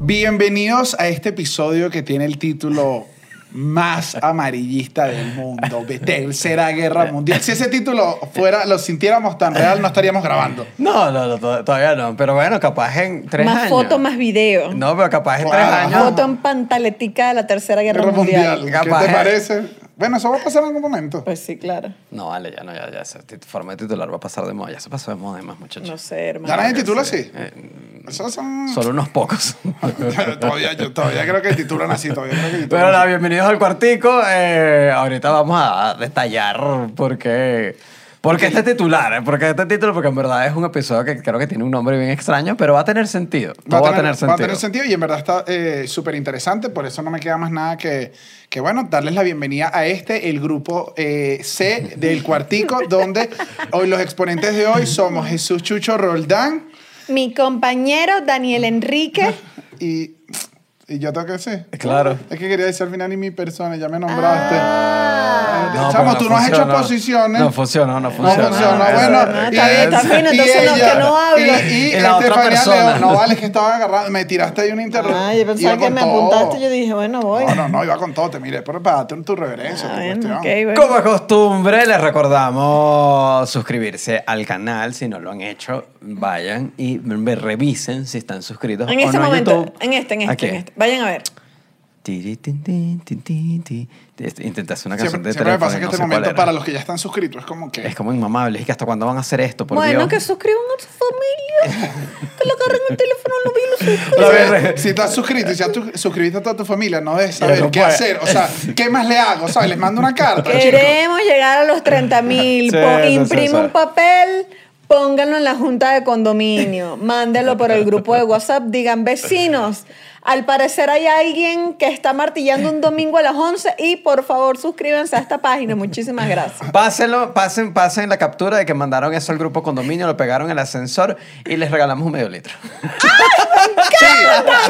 Bienvenidos a este episodio que tiene el título más amarillista del mundo, de Tercera Guerra Mundial. Si ese título fuera, lo sintiéramos tan real, no estaríamos grabando. No, no, no, to- todavía no. Pero bueno, capaz en tres más años. foto, más video. No, Ah. pero capaz en Wow. tres años. Foto en pantaletica de la Tercera Guerra, Guerra Mundial, mundial. ¿qué Capaz, te eh. parece? Bueno, eso va a pasar en algún momento. Pues sí, claro. No, vale, ya no, ya, ya. Esa tit- forma de titular va a pasar de moda. Ya se pasó de moda, además, muchachos. No sé, Ya hermano. nadie titula así. Sí, eh, Esos son... solo unos pocos. todavía, yo todavía creo que titulan así, todavía creo que titulan Pero así. nada, bienvenidos al cuartico. Eh, ahorita vamos a detallar por qué, por qué este titular, eh, por qué este título, porque en verdad es un episodio que creo que tiene un nombre bien extraño, pero va a tener sentido. Todo va a tener, Va a sentido. tener sentido y en verdad está eh, súper interesante. Por eso no me queda más nada que, que, bueno, darles la bienvenida a este, el grupo eh, C del Cuartico, donde hoy los exponentes de hoy somos Jesús Chucho Roldán Mi compañero Daniel Enrique. y, y yo tengo que decir. Claro. Es que quería decir al final y mi persona, ya me nombraste. Ah. Chamo, pero tú no has hecho funcionó. posiciones. No funcionó, no funcionó. funcionó, Eso, bueno. eso, y- está bien, está eso. bien, entonces no, que no hablo. Y, este y, Y la otra Estefanía persona. León, no vale, es que estaba agarrando. Me tiraste ahí una interrupción. Ay, Ah, yo pensaba que me apuntaste, yo dije, bueno, voy. No, no, no, iba con todo, te miré, pero para darte tu reverencia, Ah, tu bueno, cuestión. ok, bueno. Como es costumbre, les recordamos suscribirse al canal. Si no lo han hecho, vayan y me revisen si están suscritos En o este no momento, YouTube. en este, en este, Aquí. en este. Vayan a ver. Tiri, tin, tin, tin, tin, tin. Este, Intentas una canción Siempre, de siempre me pasa teléfono. que este y no sé cuál momento, era. para los que ya están suscritos, es como que. Es como inmamable. Es que hasta cuándo van a hacer esto, por bueno, Dios. que suscriban a su familia. que le agarren el teléfono, lo vi, lo suscriban. La O sea, verdad. si estás suscrito y si ya tú suscribiste a toda tu familia, no debes Ya saber no qué puede. hacer. O sea, ¿qué más le hago? ¿Sabes? Les mando una carta. chicos. Queremos llegar a los 30 mil. Sí, sí, sí, imprime sí. un papel, pónganlo en la junta de condominio, mándelo por el grupo de WhatsApp, digan vecinos. Al parecer hay alguien que está martillando un domingo a las 11 y por favor suscríbanse a esta página. Muchísimas gracias. Pásenlo, pasen, pasen la captura de que mandaron eso al grupo condominio, lo pegaron en el ascensor y les regalamos un medio litro. Sí,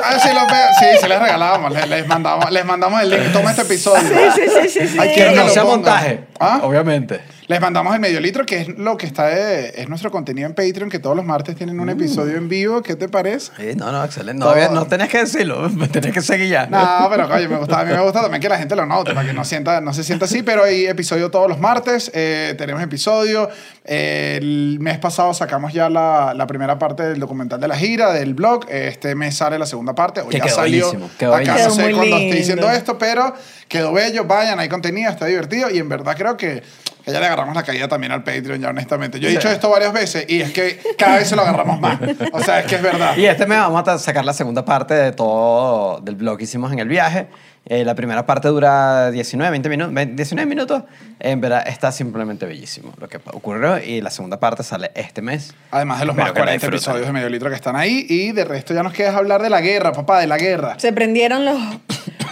ah, sí, lo pe- sí, se les regalábamos, les, les mandamos, les mandamos el link. Toma este episodio. Sí, sí, sí, sí. sí. Ay, Que quiero que no lo sea pongan. montaje, ¿Ah? obviamente. Les mandamos el medio litro, que es lo que está de- es nuestro contenido en Patreon, que todos los martes tienen Mm. un episodio en vivo. ¿Qué te parece? Sí, no, no, excelente. No, había- no tenías que decirlo, tenías que seguir ya. No, pero coño, me gusta, a mí me gusta también que la gente lo note, para que no, sienta, no se sienta así, pero hay episodio todos los martes, eh, tenemos episodio. Eh, el mes pasado sacamos ya la, la primera parte del documental de la gira, del blog, este mes sale la segunda parte, hoy Que ya quedó salió. bellísimo, quedó Acá no bellísimo. sé Quedó muy cuándo estoy lindo. diciendo esto, pero quedó bello, vayan, hay contenido, está divertido y en verdad creo que... que Ya le agarramos la caída también al Patreon, ya honestamente. Yo he dicho esto varias veces y es que cada vez se lo agarramos más. O sea, es que es verdad. Y este mes vamos a sacar la segunda parte de todo del blog que hicimos en el viaje. Eh, la primera parte dura 19, 20 minutos. 19 minutos. En verdad, está simplemente bellísimo lo que ocurrió. Y la segunda parte sale este mes. Además de los Espero más que la 40 disfruten. episodios de medio litro que están ahí. Y de resto ya nos queda hablar de la guerra, papá, de la guerra. Se prendieron los...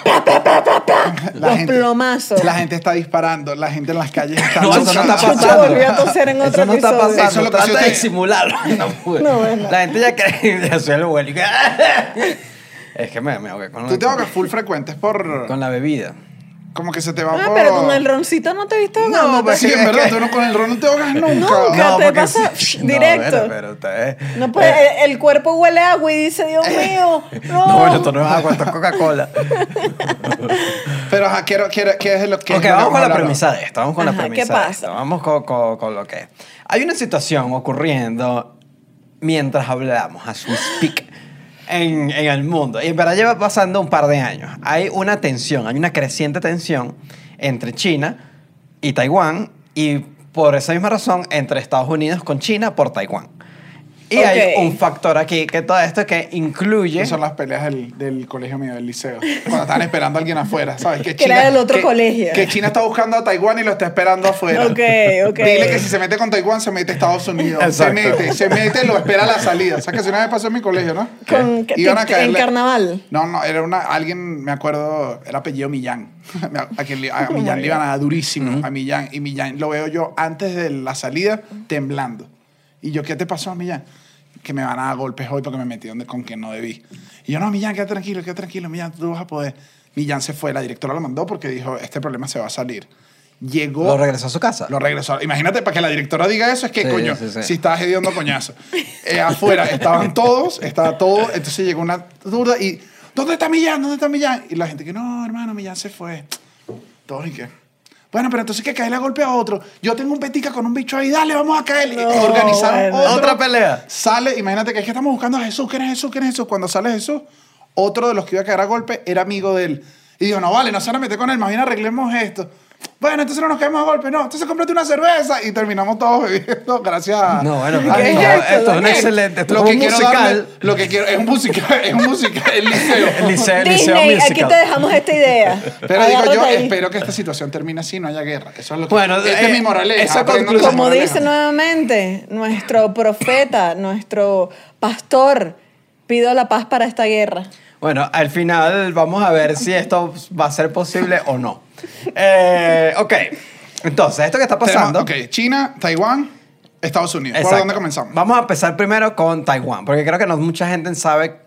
La Los plomazos. La gente está disparando, la gente en las calles está No, eso no está chocando. Chucho pasando. volvió a toser en otro Eso no está episodio. pasando. Eso es lo que Trata usted- de simularlo. No pude. No, bueno. La gente ya cree que soy el bueno. y que- Es que me, me ahogué con, Tú te con, ahogas full frecuentes por... con la bebida. Como que se te va Ah, por... pues pero con el roncito no te viste ahogando. pero Sí, es en verdad, que- tú no con el ron no te ahogas nunca. Nunca. te porque pasa sí. directo. No, pero, pero ustedes- Eh, No puede- Eh. el, el cuerpo huele a agua y dice, Dios mío, no. No, bueno, esto no es agua, esto es Coca-Cola. Pero ajá, quiero, quiero, ¿qué es lo que... es Ok, lo que vamos con la hablar? premisa de esto. Vamos con la Ajá, ¿qué premisa. de pasa? esto, Vamos con, con- con lo que es. Hay una situación ocurriendo mientras hablamos, as we speak, en, en el mundo. Y en verdad lleva pasando un par de años. Hay una tensión, hay una creciente tensión entre China y Taiwán y por esa misma razón entre Estados Unidos con China por Taiwán. Y hay Ok. un factor aquí que todo esto que incluye... Esas Son las peleas del, del colegio mío, del liceo. Cuando están esperando a alguien afuera, ¿sabes? Que Que era del otro que- colegio. Que China está buscando a Taiwán y lo está esperando afuera. Ok, ok. Dile que si se mete con Taiwán, se mete a Estados Unidos. Exacto. Se mete, se mete, lo espera a la salida. ¿Sabes que si una vez pasó en mi colegio, no? Con- ¿Qué? que- que- en carnaval. No, no, era una, alguien, me acuerdo, era apellido Millán. A, quien le- a Millán le iban a dar durísimo, a Millán. Y Millán lo veo yo antes de la salida temblando. Y yo, ¿qué te pasó, Millán? Que me van a dar golpes hoy porque me metí donde, con quien no debí. Y yo, no, Millán, quédate tranquilo, quédate tranquilo, Millán, tú vas a poder. Millán se fue, la directora lo mandó porque dijo, este problema se va a salir. Llegó. Lo regresó a su casa. Lo regresó. Imagínate, para que la directora diga eso, es que, Sí, coño, sí, sí. si estabas hediondo coñazo. Eh, afuera estaban todos, estaba todo. Entonces llegó una duda y ¿dónde está Millán? ¿Dónde está Millán? Y la gente que, no, hermano, Millán se fue. Todos y que, bueno, pero entonces que caerle a golpe a otro. Yo tengo un petica con un bicho ahí, dale, vamos a caerle. No, Organizamos bueno. otro. Otra pelea. Sale, imagínate que es que estamos buscando a Jesús, ¿quién es Jesús? ¿quién es Jesús? Cuando sale Jesús, otro de los que iba a caer a golpe era amigo de él. Y dijo, no vale, no se van a meter con él, más bien arreglemos esto. Bueno, entonces no nos caemos a golpe, no. Entonces cómprate una cerveza y terminamos todos bebiendo, gracias a. No, bueno, a pero mi- esto, esto es esto? es un ¿Qué? excelente. Esto lo es que un quiero musical. darle- lo que quiero, es un musical, es un musical, el liceo. El liceo, el liceo Disney, aquí musical. te dejamos esta idea. Pero digo Agárrate yo, ahí. espero que esta situación termine así, no haya guerra. Eso es lo que. Bueno, esta eh, es mi moraleja. esa aprendan de conclusión- esa Como moraleja. dice nuevamente nuestro profeta, nuestro pastor, pido la paz para esta guerra. Bueno, al final vamos a ver si esto va a ser posible o no. Eh, ok, entonces, esto que está Tenemos- pasando. ok, China, Taiwán, Estados Unidos. ¿Por Exacto. dónde comenzamos? Vamos a empezar primero con Taiwán, porque creo que no mucha gente sabe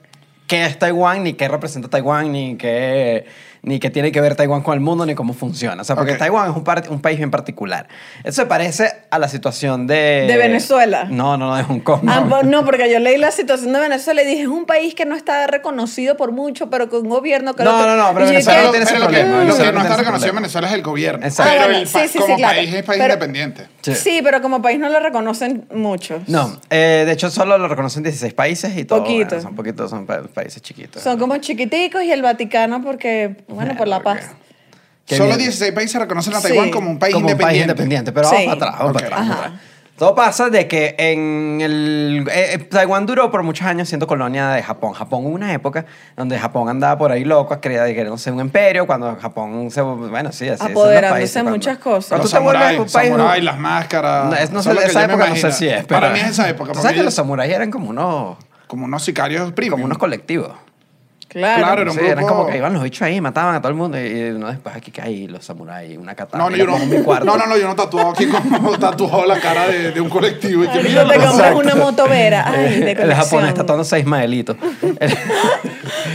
qué es Taiwán, ni qué representa Taiwán, ni qué, ni qué tiene que ver Taiwán con el mundo, ni cómo funciona. O sea, porque Ok. Taiwán es un, par- un país bien particular. Eso se parece a la situación de... ¿De Venezuela? No, no, no, de Hong Kong. Ah, po- no, porque yo leí la situación de Venezuela y dije, es un país que no está reconocido por mucho, pero con un gobierno que No, lo que- no, no, pero Y yo Venezuela Pero lo- no dije, "Mm, tiene ese pero lo que- problema, Lo Venezuela que no no está tiene ese reconocido en problema. Venezuela es el gobierno. Exacto. Pero Ah, bueno, el pa- sí, sí, como sí, claro. país es país Pero- independiente. Sí. Sí, pero como país no lo reconocen muchos. No, eh, de hecho solo lo reconocen 16 países y todo. Poquito. bueno, son poquitos, son pa- países chiquitos. Son como chiquiticos y el Vaticano porque, bueno, por la porque- paz. Qué Solo bien. 16 países reconocen a Taiwán Sí. como un país como un país independiente. independiente. Pero Sí. vamos para atrás, vamos Ok. para atrás. vamos Ajá. para atrás. Todo pasa de que en el, eh, eh, Taiwán duró por muchos años siendo colonia de Japón. Japón hubo una época donde Japón andaba por ahí loco, quería queriéndose un imperio, cuando Japón se... Bueno, sí, así son los Apoderándose países, cuando- muchas cosas. Cuando Los tú te vuelves samuráis, un país... samuráis, las máscaras. No, es- no eso sé, es lo que esa yo me época no sé imagino. si es, pero- Para mí es esa época. ¿Tú sabes porque que los yo- samuráis eran como unos, Como unos sicarios como primos. unos colectivos? Claro. Claro, era un Sí, eran grupo- como que iban los bichos ahí, mataban a todo el mundo y, y no, después aquí que hay los samuráis, una katana. No, no, y yo la no. pongo en mi cuarto. No, no, no, yo no tatuado aquí como tatuado la cara de, de un colectivo. Y que, Ahorita mira, te los- compras una motovera. Ay, de el japonés colección. está tatuándose a Ismaelito.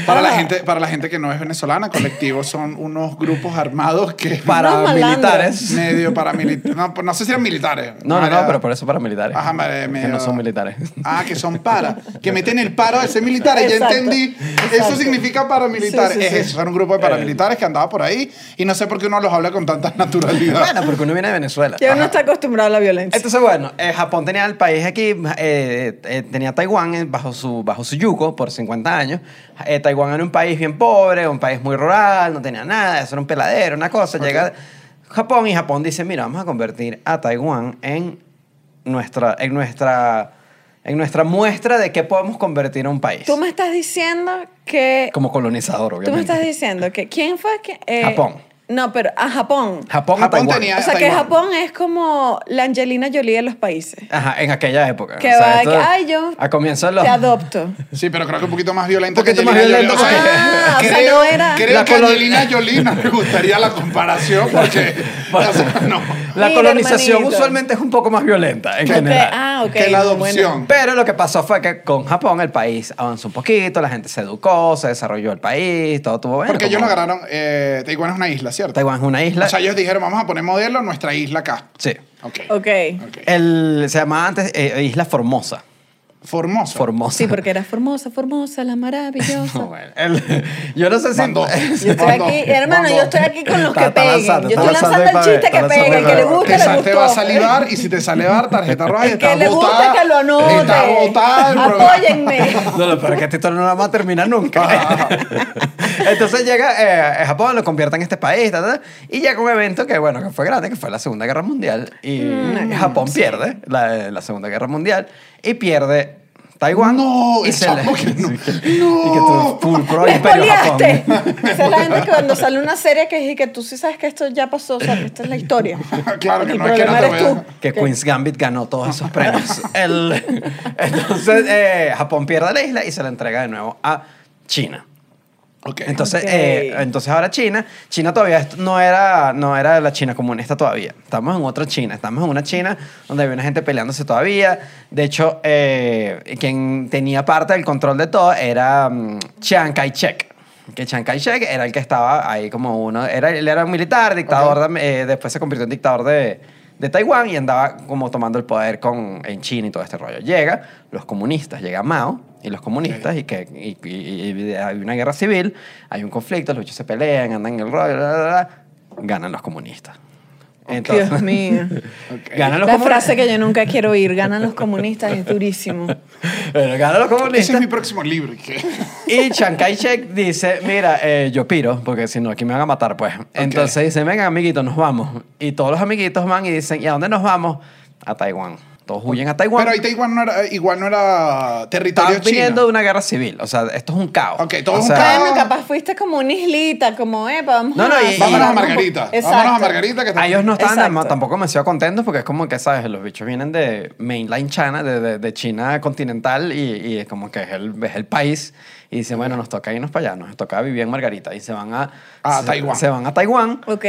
para, la gente, para la gente que no es venezolana, colectivos son unos grupos armados que. para Unos militares. medio paramilitares. No, no sé si eran militares. No, no, no, Era- pero por eso para militares. Ajá, vale, que medio- no son militares. Ah, que son para. Que meten el paro de ser militares. Exacto, ya entendí. exacto. Eso significa paramilitares. Sí, Eh. sí, sí. Es eso. Era un grupo de paramilitares que andaba por ahí. Y no sé por qué uno los habla con tanta naturalidad. Bueno, porque uno viene de Venezuela. Ya uno está acostumbrado a la violencia. Entonces, bueno, eh, Japón tenía el país aquí, eh, eh, tenía Taiwán eh, bajo su, bajo su yugo por 50 años. Eh, Taiwán era un país bien pobre, un país muy rural, no tenía nada, eso era un peladero, una cosa. Llega Japón y Japón dice, mira, vamos a convertir a Taiwán en nuestra, en nuestra, en nuestra muestra de qué podemos convertir a un país. Tú me estás diciendo que... Como colonizador, Tú me obviamente. estás diciendo que... ¿Quién fue que...? eh, Japón. No, pero... A Japón. Japón, a Japón Taiwán. tenía- O sea, que Taiwán. Japón es como la Angelina Jolie de los países. Ajá, en aquella época. Que O sea, va, esto- que, ay, yo A comienzos de los... te adopto. Sí, pero creo que un poquito más violento Un poquito más Angelina violento Jolie. Ah, o sea, creo, no era- creo La que colo- Angelina Jolie no me gustaría la comparación porque. o sea, no. La Mira, colonización hermanito. usualmente es un poco más violenta en Ok, general. Ah, ok. que la bueno. adopción. Pero lo que pasó fue que con Japón el país avanzó un poquito, la gente se educó, se desarrolló el país, todo tuvo bueno. Porque como- ellos lo agarraron. Eh, Taiwán es una isla, ¿cierto? Taiwán es una isla. O sea, ellos dijeron, vamos a poner modelo nuestra isla acá. sí. Ok. Ok. Ok. El, se llamaba antes eh, Isla Formosa. Formosa. Formosa. Sí, porque era formosa, formosa, la No, maravillosa. bueno, el- yo no sé si. Mandó. Yo estoy Cuando- aquí, hermano, cuando- yo estoy aquí con los Está- que está peguen. lanzando, yo está estoy lanzando lanzando ahí el para- chiste que está pega, el lanzando que le ahí guste, Exacto, le te va a gustó. salir bar y si te sale bar, tarjeta roja y El que estás le guste, botada. que lo Estás botada el anote. programa. Apóyenme. No, no, pero que este historia no la va a terminar nunca. Entonces llega eh, a Japón, lo convierte en este país, ta, ta, ta, y llega un evento que, bueno, que fue grande, que fue la Segunda Guerra Mundial, y Mm. Japón pierde la, la Segunda Guerra Mundial, y pierde Taiwán. No, y chamo, que no. sí, que- No. y que tú, full pro ¡Me imperio Japón. espoleaste! Esa es la gente que cuando sale una serie que es y que tú sí sabes que esto ya pasó, o sea, que esta es la historia. Claro que El no es que no problema te eres voy a- tú. Que ¿Qué? Queen's Gambit ganó todos esos premios. El- entonces, eh, Japón pierde la isla y se la entrega de nuevo a China. Ok. Entonces, Ok. eh, entonces ahora China, China todavía est- no era, no era la China comunista todavía. Estamos en otra China, estamos en una China donde había una gente peleándose todavía. De hecho, eh, quien tenía parte del control de todo era mm, Chiang Kai-shek. Que Chiang Kai-shek era el que estaba ahí como uno, era, él era un militar, dictador, dam- eh, después se convirtió en dictador de, de Taiwán y andaba como tomando el poder con, en China y todo este rollo. Llega los comunistas, llega Mao y los comunistas y que y- y- y hay una guerra civil, hay un conflicto, los bichos se pelean, andan en el rollo, bla, bla, bla, ganan los comunistas. Dios mío. Ok. ganan los La comunistas. frase que yo nunca quiero oír, ganan los comunistas, es durísimo. Bueno, ganan los Ese es comunistas. mi próximo libro. ¿qué? Y Chiang Kai-shek dice, mira, eh, yo piro, porque si no, aquí me van a matar, pues. Entonces dicen, venga, amiguitos, nos vamos. Y todos los amiguitos van y dicen, ¿y a dónde nos vamos? A Taiwán. Todos huyen a Taiwán. Pero ahí Taiwán no era, igual no era territorio Están viniendo de chino. una guerra civil. O sea, esto es un caos. Ok, todo O es un sea, caos. Bueno, capaz fuiste como una islita, como, epa, vamos Ah. No, no, a... y- y- Vámonos a Exacto. Margarita. Exacto. Vámonos a Margarita. Que A ellos no estaban Exacto. tam- tampoco demasiado contentos porque es como que, ¿sabes? Los bichos vienen de mainline China, de, de- de China continental y, y es como que es el, es el país. Y dicen, bueno, nos toca irnos para allá, nos toca vivir en Margarita. Y se van a, A se- Taiwán. Se van a Taiwán Ok.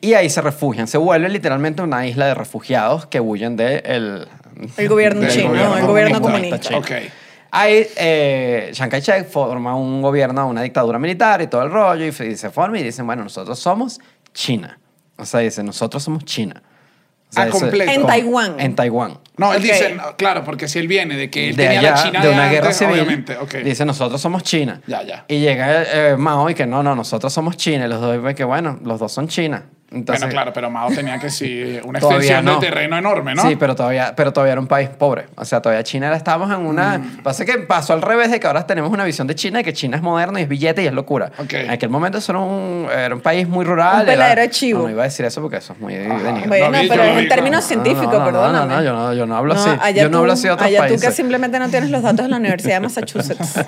y ahí se refugian. Se vuelve literalmente una isla de refugiados que huyen de el, El gobierno Del chino, gobierno el gobierno comunista. comunista. Ok. Ahí eh, Chiang Kai-shek forma un gobierno, una dictadura militar y todo el rollo, y f- se forma y dicen, bueno, nosotros somos China. O sea, dicen, nosotros somos China. O sea, Ah, eso- completo. En com- Taiwán. En Taiwán. No, él Ok. dice, no, claro, porque si él viene de que él De tenía allá, la China de una guerra antes, civil. obviamente. ok. Dice, nosotros somos China. Ya, ya. Y llega eh, Mao y que no, no, nosotros somos China. Y los dos ven que, bueno, los dos son China. Entonces, bueno, claro, pero Mao tenía que sí una Todavía extensión no. de terreno enorme, ¿no? Sí, pero todavía, pero todavía era un país pobre. O sea, todavía China era- estábamos en una. Mm. Pasa que pasó al revés de que ahora tenemos una visión de China de que China es moderna y es billete y es locura. Ok. En aquel momento eso era un, era un país muy rural. Un peladero era- Ah, chivo. No, no iba a decir eso porque eso es muy de- de niño. Bueno, No, yo pero lo es vi, en términos no. científicos, No, no, no, perdóname. no, no, yo no- yo no hablo así. allá Yo no tú- hablo así de otros allá tú que países. simplemente no tienes los datos de la Universidad de Massachusetts.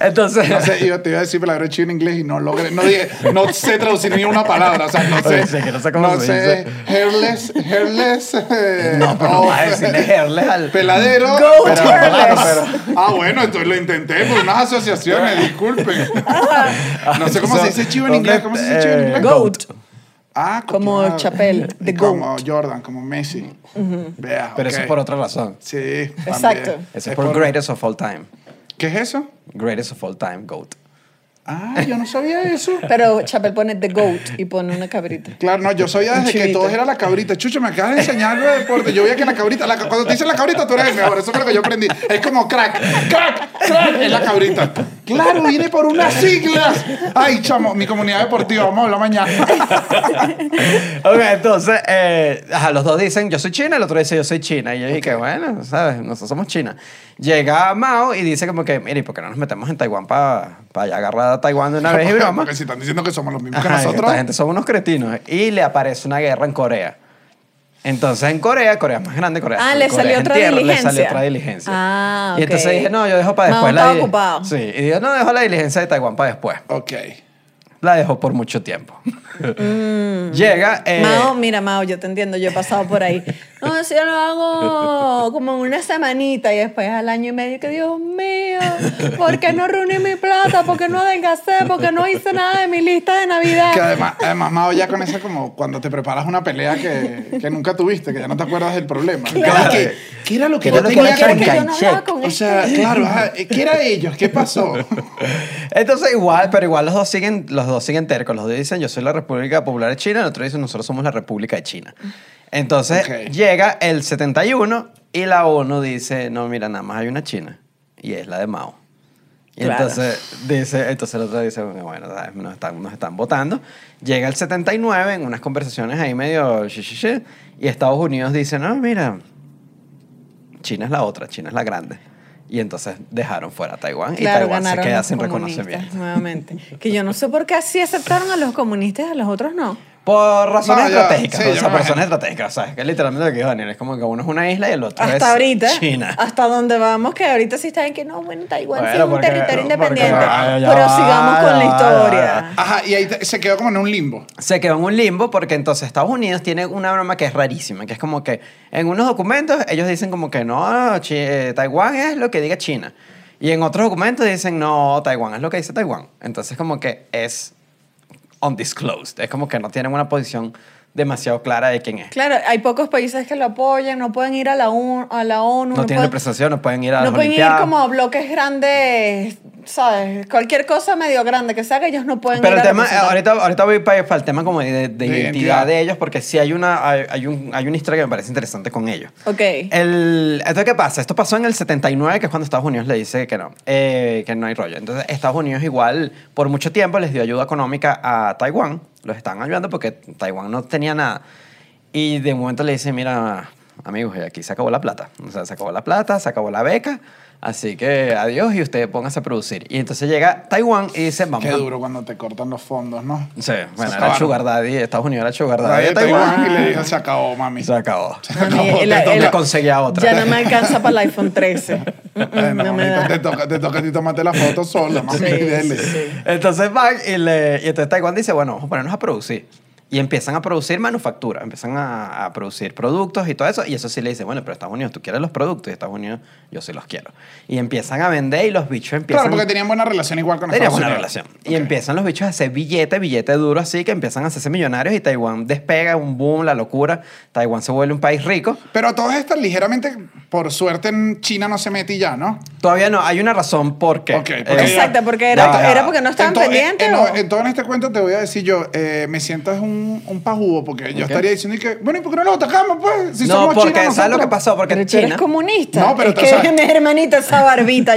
Entonces. No sé, yo te iba a decir palabras chino en inglés y no logré, no dije, no sé traducir ni una palabra, o sea, no Oye, sé. sí, que no sé cómo se dice. Hairless, hairless. eh, No, pero no vas a decirle hairless al- Peladero. Go Pero- hairless. pero- ah, bueno, entonces lo intenté por unas asociaciones, disculpen. Ah, No sé cómo se dice chivo en ¿Dónde- inglés, ¿cómo se dice chivo en eh, inglés? Goat. Ah, Como coño, Chappelle, y the Como goat. Jordan, como Messi. Vea, Pero eso ok. es por otra razón. Sí, también. Exacto. Eso es por Greatest of All Time. ¿Qué es eso? Greatest of All Time, GOAT. Ah, yo no sabía eso. Pero Chapel pone The Goat y pone una cabrita. Claro, no, yo sabía Un desde que chivito. todos era la cabrita. Chucho, me acabas de enseñar algo de deporte. Yo veía que la cabrita, la- cuando te dicen la cabrita, tú eres el mejor. Eso fue lo que yo aprendí. Es como crack, crack, crack, es la cabrita. Claro, viene por unas siglas. Ay, chamo, mi comunidad deportiva, vamos a hablar mañana. Ok, entonces, eh, ajá, los dos dicen yo soy china, el otro dice yo soy china. Y yo dije, bueno, ¿sabes? Nosotros somos china. Llega Mao y dice como que, mire, ¿y por qué no nos metemos en Taiwán para allá agarrar a Taiwán de una vez y broma? Porque si están diciendo que somos los mismos Ajá, que esta nosotros. gente son unos cretinos. Y le aparece una guerra en Corea. Entonces en Corea, Corea es más grande, Corea Ah, Sur, le Corea salió es en otra tierra, diligencia. Le salió otra diligencia. Ah, Y ok. entonces dije, no, yo dejo para Mao después la estaba dili- ocupado. Sí, y yo no dejo la diligencia de Taiwán para después. Ok. La dejo por mucho tiempo. Llega. eh, Mm. Mao, mira, Mao, yo te entiendo, yo he pasado por ahí. No, si yo lo hago como en una semanita y después al año y medio, que Dios mío, ¿por qué no reuní mi plata? ¿Por qué no adelgacé? ¿Por qué no hice nada de mi lista de Navidad? Que además, además, Mao, ya con esa como cuando te preparas una pelea que, que nunca tuviste, que ya no te acuerdas del problema. Claro. ¿Qué, qué era lo que ¿Qué yo era lo que tenía era que ¿Por qué yo no hablaba con O sea, este? claro, ajá, ¿qué era ellos? ¿Qué pasó? Entonces igual, pero igual los dos siguen, los dos siguen tercos. Los dos dicen yo soy la República Popular de China, el otro dice nosotros somos la República de China. Entonces Ok. llega el 71 y la ONU dice no mira nada más hay una China y es la de Mao. Y Claro. entonces dice, entonces el otro dice bueno ¿sabes? nos están nos están votando. Llega el 79 en unas conversaciones ahí medio shi, shi, shi, y Estados Unidos dice no mira China es la otra, China es la grande. Y entonces dejaron fuera a Taiwán y Claro, Taiwán se ganaron queda los sin comunistas reconocimiento. nuevamente. Que yo no sé por qué así aceptaron a los comunistas y a los otros no. Por razones No, ya, estratégicas. sí, o ya me sea, por imagino. razones estratégicas. O sea, es que literalmente lo que dijo Daniel es como que uno es una isla y el otro es Hasta ahorita, Pues, China. hasta donde vamos, que ahorita sí están que no, bueno, Taiwán sí Bueno, es un porque- territorio porque- independiente. ya, ya pero va, sigamos con la ya va, ya va. historia. Ajá, y ahí te- se quedó como en un limbo. Se quedó en un limbo porque entonces Estados Unidos tiene una broma que es rarísima, que es como que en unos documentos ellos dicen como que no, Chi- eh, Taiwán es lo que diga China. Y en otros documentos dicen no, Taiwán es lo que dice Taiwán. Entonces como que es undisclosed. Es como que no tienen una posición demasiado clara de quién es. Claro, hay pocos países que lo apoyan, no pueden ir a la, UN a la ONU. No tienen pueden- representación, no pueden ir a No las pueden ir Olimpiadas. como a bloques grandes ¿sabes? Cualquier cosa medio grande que sea que ellos no pueden Pero ir el a tema, eh, representar. ahorita, ahorita voy para, el tema como de, de identidad identidad. de ellos, porque sí hay una, hay, hay un, hay una historia que me parece interesante con ellos. Ok. eh, El, entonces, ¿qué pasa? Esto pasó en el 79, que es cuando Estados Unidos le dice que no, eh, que no hay rollo. Entonces, Estados Unidos igual por mucho tiempo les dio ayuda económica a Taiwán. Los estaban ayudando porque Taiwán no tenía nada. Y de momento le dice, mira, amigos, eh, aquí se acabó la plata. O sea, se acabó la plata, se acabó la beca. Así que adiós y ustedes pónganse a producir. Y entonces llega Taiwán y dice, vamos Qué a- duro cuando te cortan los fondos, ¿no? Sí, bueno, era acabaron. Sugar Daddy, Estados Unidos era Sugar Daddy. Ahí de te Taiwán. van y le dije, se acabó, mami. Se acabó. Mami, No, el- te el- toca- Le conseguía otra. Ya no me alcanza para el iPhone 13. Mm, mm, Bueno, no me mamita, da. te toca, te toca a ti tomarte la foto sola, mami. Sí, dele. sí, sí. Entonces van y, le, y entonces Taiwán dice, bueno, vamos a ponernos a producir. Y empiezan a producir manufactura, empiezan a, a producir productos y todo eso. Y eso sí le dice, bueno, pero Estados Unidos, tú quieres los productos y Estados Unidos, yo sí los quiero. Y empiezan a vender y los bichos empiezan... Claro, porque tenían buena relación igual con Tenía Estados buena Unidos. relación. Y Ok. empiezan los bichos a hacer billete, billete duro así, que empiezan a hacerse millonarios y Taiwán despega, un boom, la locura. Taiwán se vuelve un país rico. Pero a todas estas, ligeramente, por suerte en China no se mete y ya, ¿no? Todavía no, hay una razón por qué. Eh, Ok, porque- Exacto, porque era, Ya, ya. era porque no estaban Entonces, pendientes. eh, no, o- entonces en este cuento te voy a decir yo, eh, me sientas un, un pajugo, porque yo Ok. estaría diciendo y que, bueno, ¿y por qué no lo atacamos, pues? Si no, somos porque chinos, ¿sabes lo que nosotros. pasó? Porque pero tú China... eres comunista. No, pero es tú que sabes- mi hermanita esa barbita,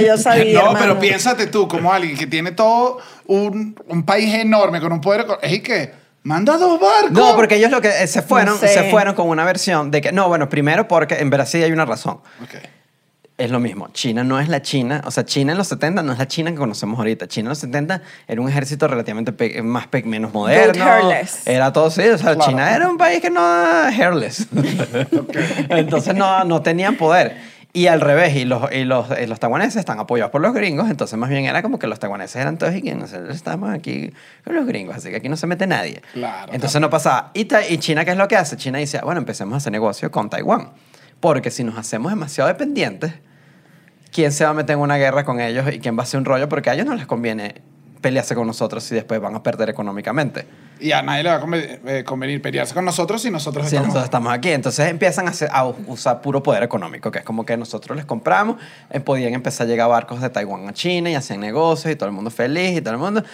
yo sabía. No, hermano. pero piénsate tú, como alguien que tiene todo un, un país enorme con un poder. eco- Es y que manda dos barcos. No, porque ellos lo que eh, se fueron, No sé. se fueron con una versión de que no, bueno, primero porque en Brasil hay una razón. Ok. Es lo mismo. China no es la China, o sea, China en los 70 no es la China que conocemos ahorita. China en los 70 era un ejército relativamente pe- más pe- menos moderno. hairless. Era todo sí, o sea, Claro. China era un país que no hairless. entonces no, no tenían poder. Y al revés, y los, y los, y los taiwaneses están apoyados por los gringos, entonces más bien era como que los taiwaneses eran todos y que nosotros estamos aquí con los gringos, así que aquí no se mete nadie. Claro, Entonces no pasaba. Y, Ta- y China, ¿qué es lo que hace? China dice, "Ah, bueno, empecemos a hacer negocio con Taiwán. Porque si nos hacemos demasiado dependientes, ¿quién se va a meter en una guerra con ellos y quién va a hacer un rollo? Porque a ellos no les conviene pelearse con nosotros si después van a perder económicamente. Y a nadie le va a conven- eh, convenir pelearse con nosotros si nosotros Sí, estamos. nosotros estamos aquí. Entonces empiezan a, hacer- a usar puro poder económico, que es como que nosotros les compramos, eh, podían empezar a llegar barcos de Taiwán a China y hacían negocios y todo el mundo feliz y todo el mundo.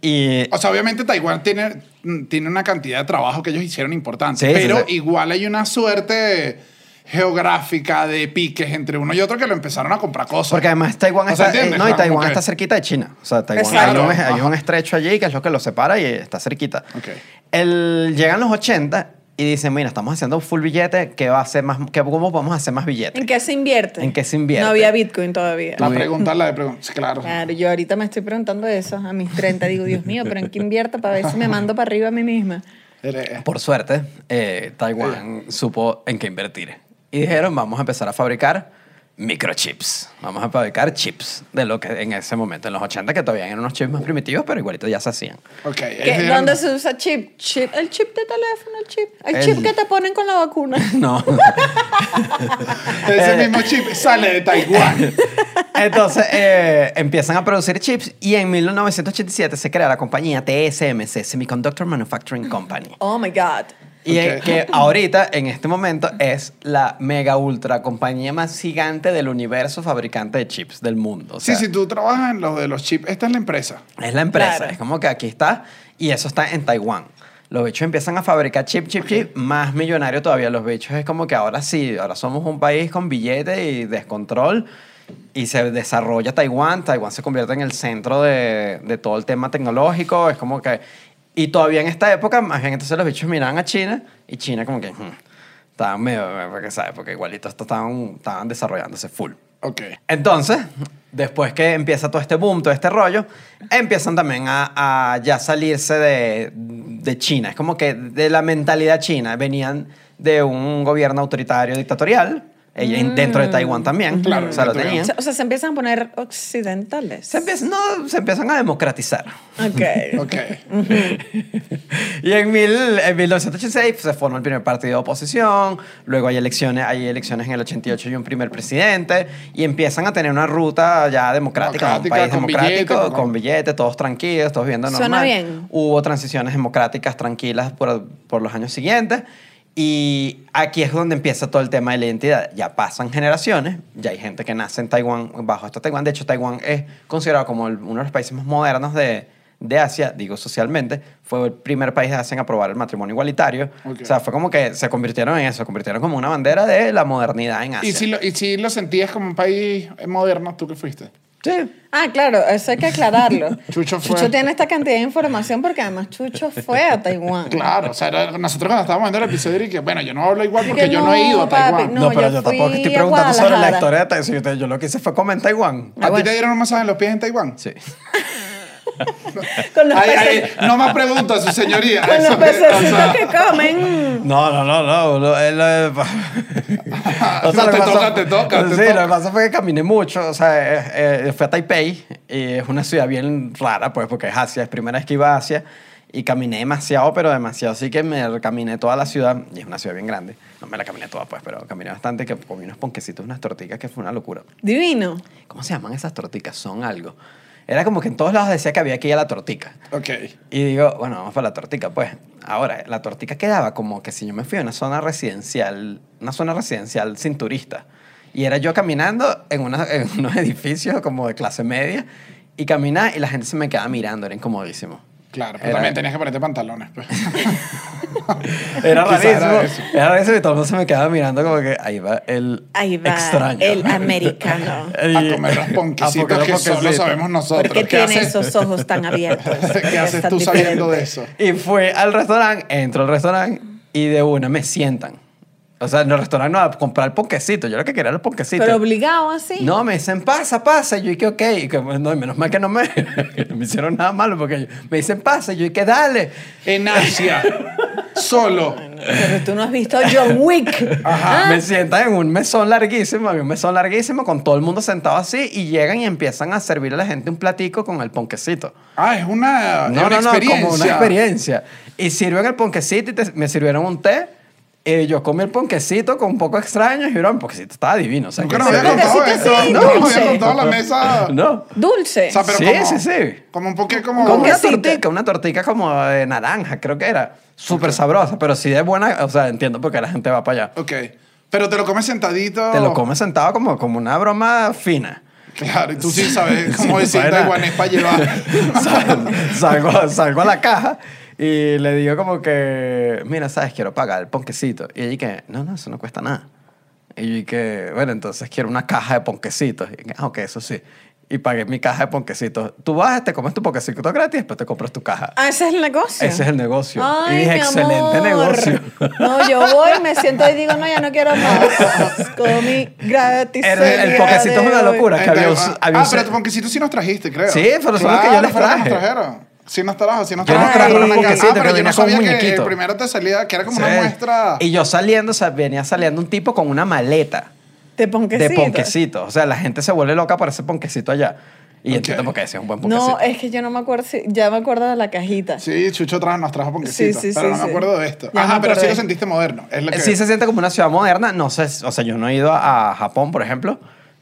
Y O sea, obviamente Taiwán tiene, mm, tiene una cantidad de trabajo que ellos hicieron importante, Sí, sí, pero sí. igual hay una suerte geográfica de piques entre uno y otro que lo empezaron a comprar cosas. Porque además Taiwán O sea, está, ¿entiendes? eh, no, y Claro, Taiwán ok. está cerquita de China. O sea, Taiwán hay, Exacto. un, hay Ajá. un estrecho allí que es lo que lo separa y está cerquita. Ok. El- llegan los 80 y dicen, mira, estamos haciendo full billete, ¿qué va a hacer más, qué, ¿cómo vamos a hacer más billetes? ¿En qué se invierte? ¿En qué se invierte? No había Bitcoin todavía. La pregunta, la de pregunta. sí, Claro. Claro, yo ahorita me estoy preguntando eso a mis 30. Digo, Dios mío, pero ¿en qué invierto para ver si me mando para arriba a mí misma? Eres- Por suerte, eh, Taiwán supo en qué invertir. Y dijeron, vamos a empezar a fabricar microchips. Vamos a fabricar chips de lo que en ese momento, en los 80, que todavía eran unos chips más primitivos, pero igualito ya se hacían. Ok. ¿Qué- ellos eran- ¿Dónde se usa chip? chip? El chip de teléfono, el chip. El, El- chip que te ponen con la vacuna. No. Ese mismo chip sale de Taiwán. Entonces eh, empiezan a producir chips y en 1987 se crea la compañía TSMC, Semiconductor Manufacturing Company. Oh my God. Y Ok. es que ahorita, en este momento, es la mega ultra compañía más gigante del universo fabricante de chips del mundo. O Sí, sea, si tú trabajas en los de los chips, esta es la empresa. Es la empresa. Claro. Es como que aquí está y eso está en Taiwán. Los bichos empiezan a fabricar chip, chip, chip. Más millonario todavía los bichos. Es como que ahora sí, ahora somos un país con billete y descontrol. Y se desarrolla Taiwán. Taiwán se convierte en el centro de, de todo el tema tecnológico. Es como que... Y todavía en esta época, más bien entonces los bichos miraban a China y China como que... hmm, estaban medio... Porque, ¿sabes? Porque igualito esto estaban, estaban desarrollándose full. Ok. Entonces, después que empieza todo este boom, todo este rollo, empiezan también a, a ya salirse de, de China. Es como que de la mentalidad china. Venían de un gobierno autoritario dictatorial, eh, en- dentro de Taiwán también. Claro, o sea, lo dentro de- tenían. O sea, o sea, se empiezan a poner occidentales. Se empiezan, no, se empiezan a democratizar. Ok. Ok. Y en, mil- en 1986 pues, se forma el primer partido de oposición, luego hay elecciones, hay elecciones en el 88 y un primer presidente, y empiezan a tener una ruta ya democrática, un Democrática, país con democrático, billete, con- con billete, todos tranquilos, todos viviendo normal. Suena bien. Hubo transiciones democráticas tranquilas por, por los años siguientes. Y aquí es donde empieza todo el tema de la identidad. Ya pasan generaciones, ya hay gente que nace en Taiwán, bajo esta Taiwán. De hecho, Taiwán es considerado como el- uno de los países más modernos de, de Asia, digo socialmente. Fue el primer país de Asia en aprobar el matrimonio igualitario. Ok. O sea, fue como que se convirtieron en eso, se convirtieron como una bandera de la modernidad en Asia. ¿Y si, lo, y si lo sentías como un país moderno, tú que fuiste. Sí. Ah, claro, eso hay que aclararlo. Chucho fue. tiene esta cantidad de información porque además Chucho fue a Taiwán. Claro, o sea, era- nosotros cuando estábamos viendo el episodio y que, bueno, yo no hablo igual Y porque que yo no he ido a papi, Taiwán. No, yo fui a Guadalajara. Ah, de Taiwán. Yo- Yo lo que hice fue comer en Taiwán. ¿A ti te dieron un masaje en los pies en Taiwán? Sí. Con los, Ay, pece- ay, no más preguntas, su señoría. con los Eso es- o pececitos sea, que comen. No, no, no, no. lo- él, eh, No, lo te que pasó- toca, te toca, te Sí, toca. lo que pasó fue que caminé mucho. O sea, eh, eh, fui a Taipei. Y es una ciudad bien rara, pues, porque es Asia. Es primera vez que iba a Asia. Y caminé demasiado, pero demasiado. Así que me caminé toda la ciudad. Y es una ciudad bien grande. No me la caminé toda, pues, pero caminé bastante. Que comí unos ponquecitos, unas torticas, que fue una locura. Divino. ¿Cómo se llaman esas torticas? Son algo. Era como que en todos lados decía que había que ir a la tortica. Ok. Y digo, bueno, vamos para la tortica, pues. Ahora, la tortica quedaba como que si yo me fui a una zona residencial, una zona residencial sin turista, y era yo caminando en, una- en unos edificios como de clase media, y caminaba y la gente se me quedaba mirando, era incomodísimo. Claro, pero Era- también tenías que ponerte pantalones. pues. Era Quizá rarísimo. era eso. Era rarísimo y todo el mundo se me quedaba mirando como que ahí va el Ahí va extraño. el americano. A comer los A comer ponquecitos los que solo ponquecitos. sabemos nosotros. porque ¿Qué tiene haces, esos pues, ojos tan abiertos. ¿Qué haces Tan tú sabiendo de diferente. eso? Y fue al restaurante, entro al restaurante y de una me sientan. O sea, en el restaurante no, a comprar el ponquecito. Yo lo que quería era el ponquecito. Pero obligado ¿ah, así. No, me dicen, pasa, pasa. Y yo, y que ok. Y que, bueno, menos mal que no me, que no me hicieron nada malo porque yo- me dicen, pasa. Y yo, y que dale. En Asia, solo. Pero tú no has visto John Wick. Ah, Ajá. Me sientan en un mesón larguísimo, había un mesón larguísimo con todo el mundo sentado así y llegan y empiezan a servir a la gente un platico con el ponquecito. Ah, es una, es No, una no, no, experiencia. como una experiencia. Y sirven el ponquecito y te- me sirvieron un té. Y yo comí el ponquecito con un poco extraño y vieron, el ponquecito estaba divino. O sea, Nunca que nos se- había contado Porque sí te eso. sí, No nos dulce. había contado la mesa. No. Dulce. O sea, pero Sí, como, sí, sí. Como un poquito como... Como una Ponquecito. tortica, una tortica como de naranja, creo que era. Súper sabrosa, pero sí de buena, o sea, entiendo porque la gente va para allá. Ok. Pero te lo comes sentadito. Te lo comes sentado como, como una broma fina. Claro, y tú sí sabes cómo Sí, decir no sabe taiwanés para llevar. Sal- salgo, salgo a la caja y le digo como que, mira, sabes, quiero pagar el ponquecito. Y ella que, no, no, eso no cuesta nada. Y yo y que, bueno, entonces quiero una caja de ponquecitos. Y que, ah, ok, eso sí. Y pagué mi caja de ponquecitos. Tú vas, te comes tu ponquecito gratis, después te compras tu caja. Ah, ese es el negocio. Ese es el negocio. Ay, y dije, mi excelente amor. negocio. No, yo voy, me siento ahí y digo, no, ya no quiero más. Comí gratis. El- el día ponquecito de es una hoy. locura. que había un- Ah, había un- pero tu ponquecito sí nos trajiste, creo. Sí, pero son los que yo les fueron los que traje. nos trajeron. Sí nos trajo, sí nos Yo trajo. les traje Ah, un pero ponquecito que yo venía no con un sabía que muñequito. el primero te salía, que era como Sí. una muestra. Y yo saliendo, o sea, venía saliendo un tipo con una maleta De ponquecito. de ponquecitos. O sea, la gente se vuelve loca por ese ponquecito allá. Y Ok. entiendo por qué ese es un buen ponquecito. No, es que yo no me acuerdo, si- ya me acuerdo de la cajita. Sí, Chucho trajo, nos trajo ponquecitos. Sí, sí, pero sí, no sí. me acuerdo de esto. Ya me Ajá, pero sí acordé. lo sentiste moderno. Es lo que... Eh, Sí se siente como una ciudad moderna. No sé, o sea, yo no he ido a Japón, por ejemplo,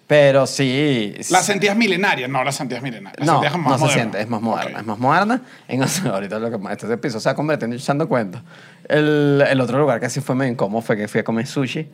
pero sí... La sentías milenaria. No, la sentías milenaria. La No, sentías como más no se moderna. siente, es más moderna, Ok. es más moderna. En, ahorita lo que más, este episodio se va convirtiendo echando cuentos. El, el otro lugar que sí fue medio incómodo fue que fui a comer sushi,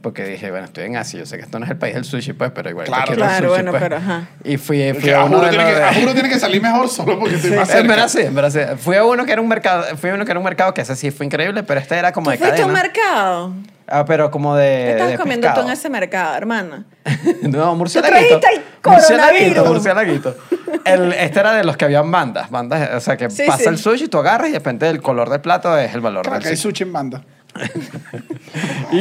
porque dije, bueno, estoy en Asia, yo sé que esto no es el país del sushi, pues, pero igual Claro. quiero el Claro, sushi, bueno, pues. pero ajá. Y fui, Porque fui a a uno juro de tiene que- los... a juro tiene que salir mejor solo porque estoy más En verdad cerca. sí, en verdad sí. Fui a uno que era un mercado, fui a uno que era un mercado que ese sí fue increíble, pero este era como ¿Tú de fuiste a un cadena. mercado? Ah, pero como ¿Qué de estabas de comiendo tú en pescado. ese mercado, hermana? no, Tú murciélaguito. trajiste el Murciélaguito, coronavirus. murciélaguito. El, este era de los que habían bandas, bandas, o sea, que Sí, pasa sí. el sushi, tú agarras y de repente el color del plato es el valor Claro que hay del sushi. sushi en banda.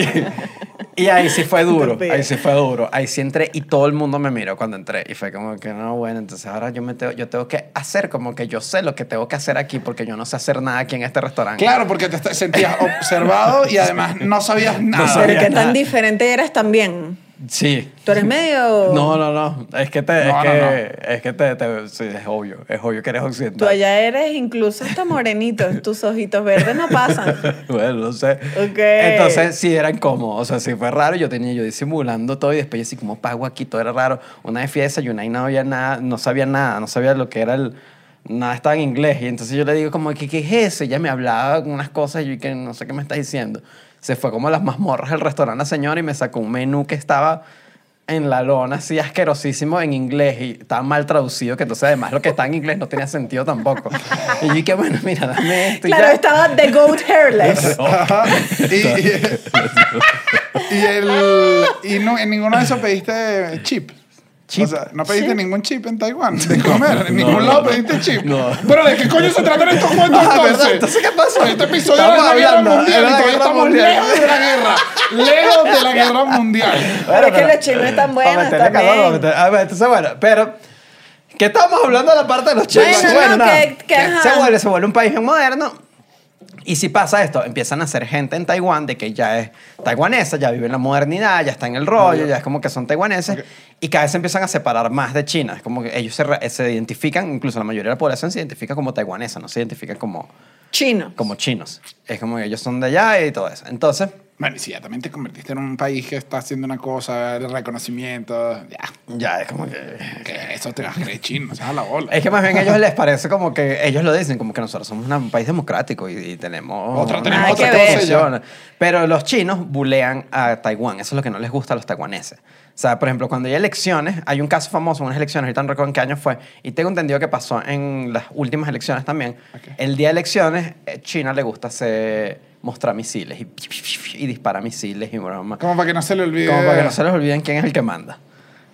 Y, y ahí sí fue duro, Torpea. ahí sí fue duro. Ahí sí entré y todo el mundo me miró cuando entré y fue como que no, bueno, entonces ahora yo me tengo, yo tengo que hacer como que yo sé lo que tengo que hacer aquí porque yo no sé hacer nada aquí en este restaurante. Claro, porque te sentías observado y además no sabías nada. sabía. Pero qué tan nada. diferente eras también. Sí. Tú eres medio... No, no, no. Es que te. es, no, que, no. es que te. te- sí, es obvio. Es obvio que eres occidental. Tú allá eres incluso hasta morenito. Tus ojitos verdes no pasan. bueno, no sé. Ok. Entonces sí era incómodo. O sea, sí fue raro. Yo tenía yo disimulando todo y después yo así como pago aquí, todo era raro. Una vez fui a desayunar y no había nada, no sabía nada, no sabía lo que era el. nada estaba en inglés. Y entonces yo le digo como, ¿qué, qué es eso? Y ella me hablaba con unas cosas y yo que no sé qué me está diciendo. Se fue como a las mazmorras del restaurante la señora y me sacó un menú que estaba en la lona así asquerosísimo en inglés y estaba mal traducido que entonces además lo que está en inglés no tenía sentido tampoco. Y yo dije, bueno, mira, dame esto y Claro, ya. estaba The Goat Hairless. Ajá. Y, y- y el, y no, en ninguno de esos pediste chip. Chip. O sea, no pediste ningún chip en Taiwán de comer. en ningún lado no. pediste chip. No. Pero ¿de qué coño se tratan estos cuentos Ah, entonces? ¿verdad? Entonces, ¿qué pasa? Este episodio Estamos es la guerra hablando, mundial. era y la todavía guerra estamos mundial. lejos de la guerra. Lejos de la guerra mundial. Pero es que los chinos están buenos Para meterle calor, también. para meter- a ver, entonces, bueno, pero. Que estábamos hablando de la parte de los chinos. Bueno, no, nada. que- que, ajá. se, vuelve, se vuelve un país moderno. Y si pasa esto, empiezan a ser gente en Taiwán de que ya es taiwanesa, ya vive en la modernidad, ya está en el rollo, ya es como que son taiwaneses. Y cada vez se empiezan a separar más de China. Es como que ellos se, re- eh, se identifican, incluso la mayoría de la población se identifica como taiwanesa, no se identifica como, Chino. como chinos. Es como que ellos son de allá y todo eso. Entonces, Bueno, y si ya también te convertiste en un país que está haciendo una cosa, el reconocimiento, ya, ya es como que que eso te va a creer chino, o sea, a la bola. Es que más bien a ellos les parece como que ellos lo dicen, como que nosotros somos un país democrático y, y tenemos Otra- tenemos unas otra cosas cosa y ya. funcionan. Pero los chinos bulean a Taiwán, eso es lo que no les gusta a los taiwaneses. O sea, por ejemplo, cuando hay elecciones, hay un caso famoso, unas elecciones, ahorita no recuerdo en qué año fue, y tengo entendido que pasó en las últimas elecciones también. Ok. El día de elecciones, eh, China le gusta hacer, mostrar misiles y, y dispara misiles y broma. Como para que no se le olvide. Como para que no se les olviden quién es el que manda.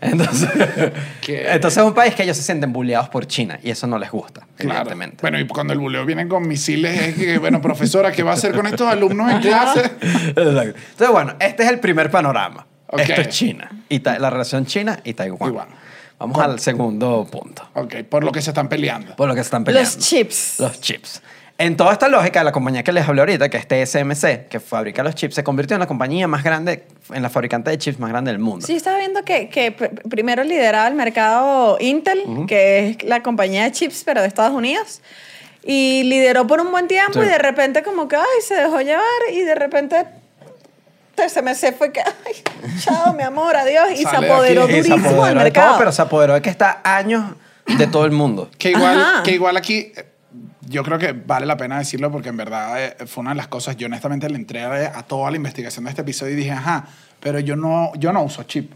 Entonces, ¿Qué? entonces es un país que ellos se sienten bulleados por China y eso no les gusta, Claro. evidentemente. Bueno, y cuando el buleo viene con misiles, es que, bueno, profesora, ¿qué va a hacer con estos alumnos en clase? Exacto. Entonces, bueno, este es el primer panorama. Ok. Esto es China. Y ta- la relación China y Taiwán. Taiwán. Vamos al segundo punto, Ok, por lo que se están peleando. por lo que se están peleando. Los chips. Los chips. En toda esta lógica, la compañía que les hablé ahorita, que es TSMC, que fabrica los chips, se convirtió en la compañía más grande, en la fabricante de chips más grande del mundo. Sí, estaba viendo que, que pr- primero lideraba el mercado Intel, que es la compañía de chips, pero de Estados Unidos. Y lideró por un buen tiempo Sí. y de repente como que, ay, se dejó llevar y de repente TSMC fue que, ay, chao, mi amor, adiós. Y se Sale de apoderó aquí. Y se durísimo del apoderó de mercado. todo, pero se apoderó de que está años de todo el mundo. Que igual, Ajá. que igual aquí, eh, yo creo que vale la pena decirlo porque en verdad eh, fue una de las cosas. Yo honestamente le entré a a toda la investigación de este episodio y dije, ajá, pero yo no, yo no uso chip.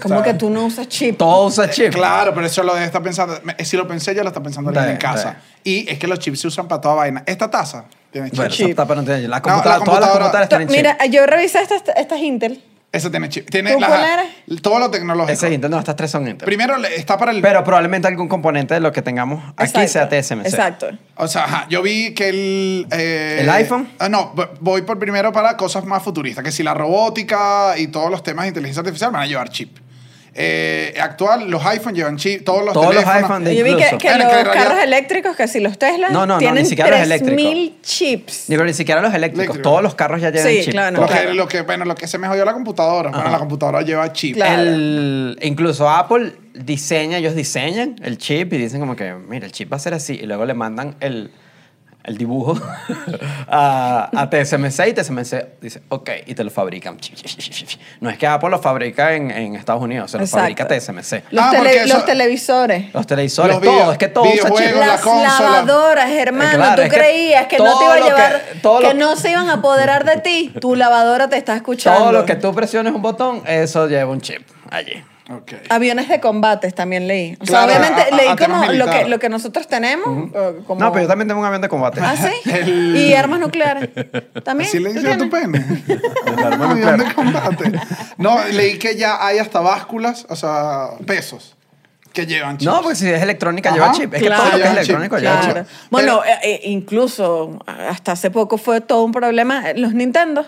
como ¿sabes? que tú no usas chip. Todo usa chip. Claro, pero eso lo debe estar pensando. me- eh, Si lo pensé, ya lo está pensando alguien Está en bien, casa. está Y es que los chips se usan para toda vaina. Esta taza tiene chip. Bueno, Chip. esa tapa no tiene- la No, computadora, la todas las computadora- computadoras To- tienen chip. Mira, yo revisé estas, estas Intel. Esa tiene chip. Tiene ¿Tú cuál la, eres? todo lo tecnológico. Ese es Intel, no, estas tres son Intel. Primero le- está para el Pero probablemente algún componente de lo que tengamos aquí Exacto. sea TSMC. Exacto. O sea, ajá, yo vi que el... eh, ¿El iPhone? Ah, no, v- voy por primero para cosas más futuristas, que si la robótica y todos los temas de inteligencia artificial van a llevar chip. Eh, actual, los iPhone llevan chip, todos los Todos los teléfonos... iPhone de- Yo vi que, Incluso. que Bueno, los que en realidad- carros eléctricos, que si los Tesla, No, no, no, tienen ni siquiera los eléctricos. 3.000 chips. Digo, ni siquiera los eléctricos. Eléctrico. Todos los carros ya llevan Sí, chip. claro, no. lo, claro. que, lo que- bueno, lo que se me jodió la computadora. Bueno, Ajá. la computadora lleva chip. Claro. El- incluso Apple diseña, ellos diseñan el chip y dicen como que, mira, el chip va a ser así. Y luego le mandan el, el dibujo a, a TSMC y TSMC dice, ok, y te lo fabrican. No es que Apple lo fabrica en, en Estados Unidos, se lo Exacto. fabrica TSMC. Los, Ah, tele- porque eso- los televisores. Los televisores, Los video- todo, es que todo usa chip. videojuegos, Pero la Las consola- lavadoras, hermano, Claro, tú es que creías que no te todo iba a lo llevar, que- que, todo lo- no se iban a apoderar de ti. Tu lavadora te está escuchando. Todo lo que tú presiones un botón, eso lleva un chip allí. Ok. Aviones de combates también leí. O sea, Claro, Ah, obviamente a- a- leí a temas como lo que, militares. lo que nosotros tenemos. eh, como- No, pero yo también tengo un avión de combate. ¿Ah, sí? Y armas nucleares. También. ¿Así le ¿Tú dicen a tu tienes? pene? hermano, Avión claro. de combate. No, leí que ya hay hasta básculas, o sea, pesos, que llevan chips. No, pues, porque si es electrónica Ajá, lleva chip. Es claro. que todo lo que es Lleva chip, electrónico lleva claro. chip. Bueno, eh, eh, incluso hasta hace poco fue todo un problema eh, los Nintendo.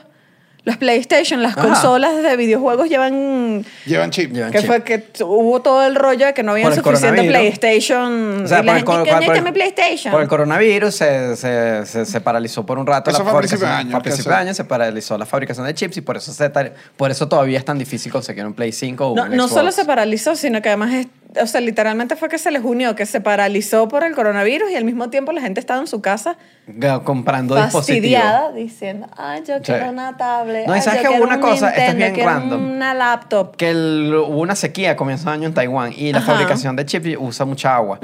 Los PlayStation, las Ajá. consolas de videojuegos llevan Llevan chip. Llevan que chip. fue que t- hubo todo el rollo de que no había Por el suficiente coronavirus. PlayStation. O sea, Mm. y por la el, gente cor- que por- "Ay, por el- dame PlayStation. por el coronavirus se, se, se, se paralizó por un rato Eso la fue a fabricación. principio de año, fue a que principio eso- de año se paralizó la fabricación de chips y por eso, se tar- por eso todavía es tan difícil conseguir un Play 5 o un no, no Xbox. solo se paralizó, sino que además es- o sea, literalmente fue que se les unió, que se paralizó por el coronavirus y al mismo tiempo la gente estaba en su casa Ga- comprando dispositivos. fastidiada diciendo, ay, yo Sí. quiero una tablet. No, y ay, ¿sabes yo qué? quiero Una un cosa, esto es Nintendo, bien quiero random. Una laptop. Que el- hubo una sequía a comienzos de año en Taiwán y la Ajá. fabricación de chips usa mucha agua.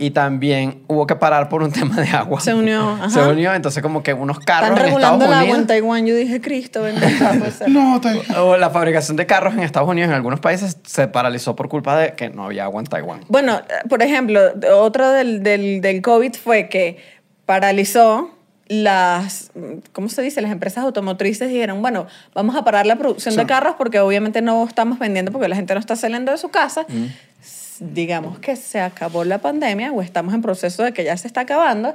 Y también hubo que parar por un tema de agua. Se unió, ajá. Se unió, entonces como que unos carros Están en regulando Estados el agua en Unidos... Taiwán. Yo dije, Cristo, bendito. pues, No, te- O la fabricación de carros en Estados Unidos en algunos países se paralizó por culpa de que no había agua en Taiwán. Bueno, eh, por ejemplo, otro del, del, del COVID fue que paralizó las, ¿cómo se dice? Las empresas automotrices dijeron, bueno, vamos a parar la producción de carros porque obviamente no estamos vendiendo porque la gente no está saliendo de su casa. Mm. S- Digamos que se acabó la pandemia o estamos en proceso de que ya se está acabando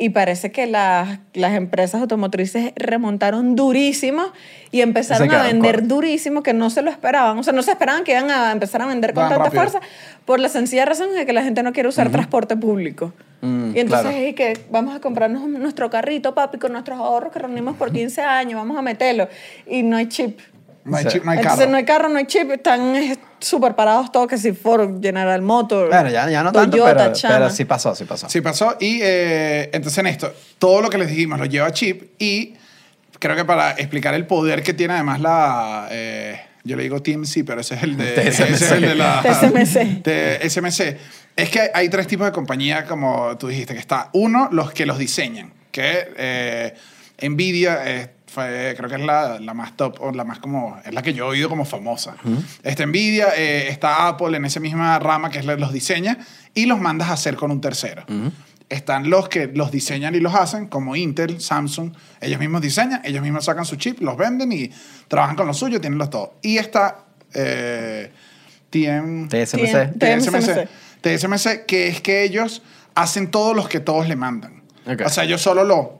y parece que las, las empresas automotrices remontaron durísimo y empezaron a quedaron vender cortas. durísimo que no se lo esperaban. O sea, no se esperaban que iban a empezar a vender con Van tanta rápido. fuerza por la sencilla razón de que la gente no quiere usar transporte público. Mm, y entonces claro. es que vamos a comprarnos un- nuestro carrito, papi, con nuestros ahorros que reunimos por 15 años, vamos a meterlo. Y no hay chip. no hay, Sí. chi- no hay entonces carro. no hay carro, no hay chip, están eh, súper parados todos, que si Ford, General Motors, Bueno, ya, ya no tanto, Toyota, pero, chama. pero sí pasó, sí pasó. Sí, pasó. Y eh, entonces en esto, todo lo que les dijimos lo lleva Chip y creo que para explicar el poder que tiene además la... eh, yo le digo TMC, pero ese es el de... TSMC. ese es el de la... TSMC. de SMC. Es que hay, hay tres tipos de compañía, como tú dijiste, que está. Uno, los que los diseñan, que eh, Nvidia eh, fue- creo que es la, la más top, o la más como, es la que yo he oído como famosa. Está Nvidia, eh, está Apple en esa misma rama que es la de los diseña y los mandas a hacer con un tercero. Están los que los diseñan y los hacen, como Intel, Samsung. Ellos mismos diseñan, ellos mismos sacan su chip, los venden y trabajan con los suyos, tienen los todos. Y está eh, TM, TSMC. Bien. TSMC. TSMC. TSMC, que es que ellos hacen todos los que todos le mandan. Ok. O sea, yo solo lo...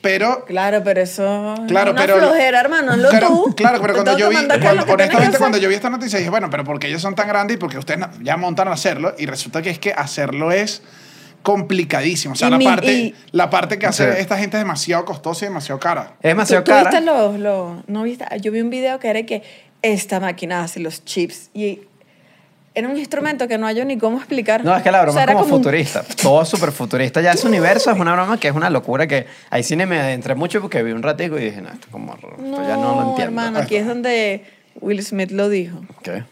Pero... Claro, pero eso Claro, es una pero... flojera, hermano, lo claro, tú. Claro, pero Te cuando tengo yo que vi... mandar que cuando- es lo que tienes que honestamente, hacer. cuando yo vi esta noticia dije, bueno, pero porque ellos son tan grandes y porque ustedes na- ya montan a hacerlo y resulta que es que hacerlo es complicadísimo. O sea, Y la, mi- parte, y- la parte que hace Sí. esta gente es demasiado costosa y demasiado cara. Es ¿Tú, demasiado tú cara. viste los, los- no viste? Ah, Yo vi un video que era que esta máquina hace los chips y era un instrumento que no hay ni cómo explicar. No, es que la broma O sea, es era como, un- futurista. Todo es súper futurista. Ya ese universo es una broma que es una locura que ahí cine me adentré mucho porque vi un ratico y dije, no, esto, como, esto No, ya no lo entiendo. hermano, aquí es donde Will Smith lo dijo, ¿Qué?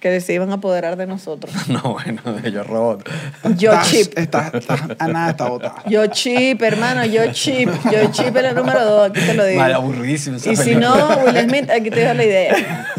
que se iban a apoderar de nosotros. No, bueno, de yo robot. Yo Estás- chip. Estás, estás, a nada está botada. Yo chip, hermano, yo chip. Yo chip era el número dos, aquí te lo digo. Mal, aburridísimo. esa Y si película. no, Will Smith, aquí te dejo la idea.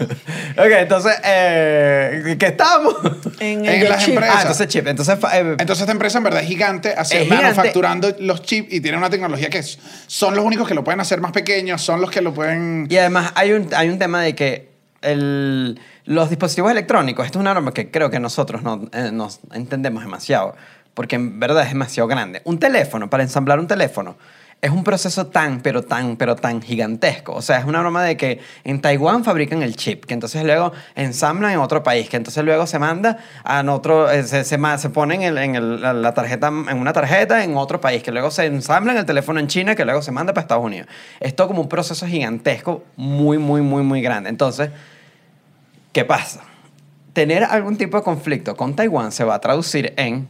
ok, entonces, eh, ¿qué estamos? En, el En yo las chip. empresas. Ah, entonces chip. Entonces, fa- eh, Entonces esta empresa en verdad es gigante, hace Es gigante. manufacturando los chips y tiene una tecnología que es- son los únicos que lo pueden hacer más pequeños, son los que lo pueden... Y además hay un, hay un tema de que el- los dispositivos electrónicos, esto es una norma que creo que nosotros no eh, nos entendemos demasiado, porque en verdad es demasiado grande. Un teléfono, para ensamblar un teléfono, es un proceso tan, pero tan, pero tan gigantesco. O sea, es una broma de que en Taiwán fabrican el chip, que entonces luego ensamblan en otro país, que entonces luego se manda a otro, eh, se, se, ma- se pone en, el- en el- la- la tarjeta, en una tarjeta en otro país, que luego se ensambla en el teléfono en China, que luego se manda para Estados Unidos. Esto como un proceso gigantesco, muy, muy, muy, muy grande. Entonces, ¿qué pasa? Tener algún tipo de conflicto con Taiwán se va a traducir en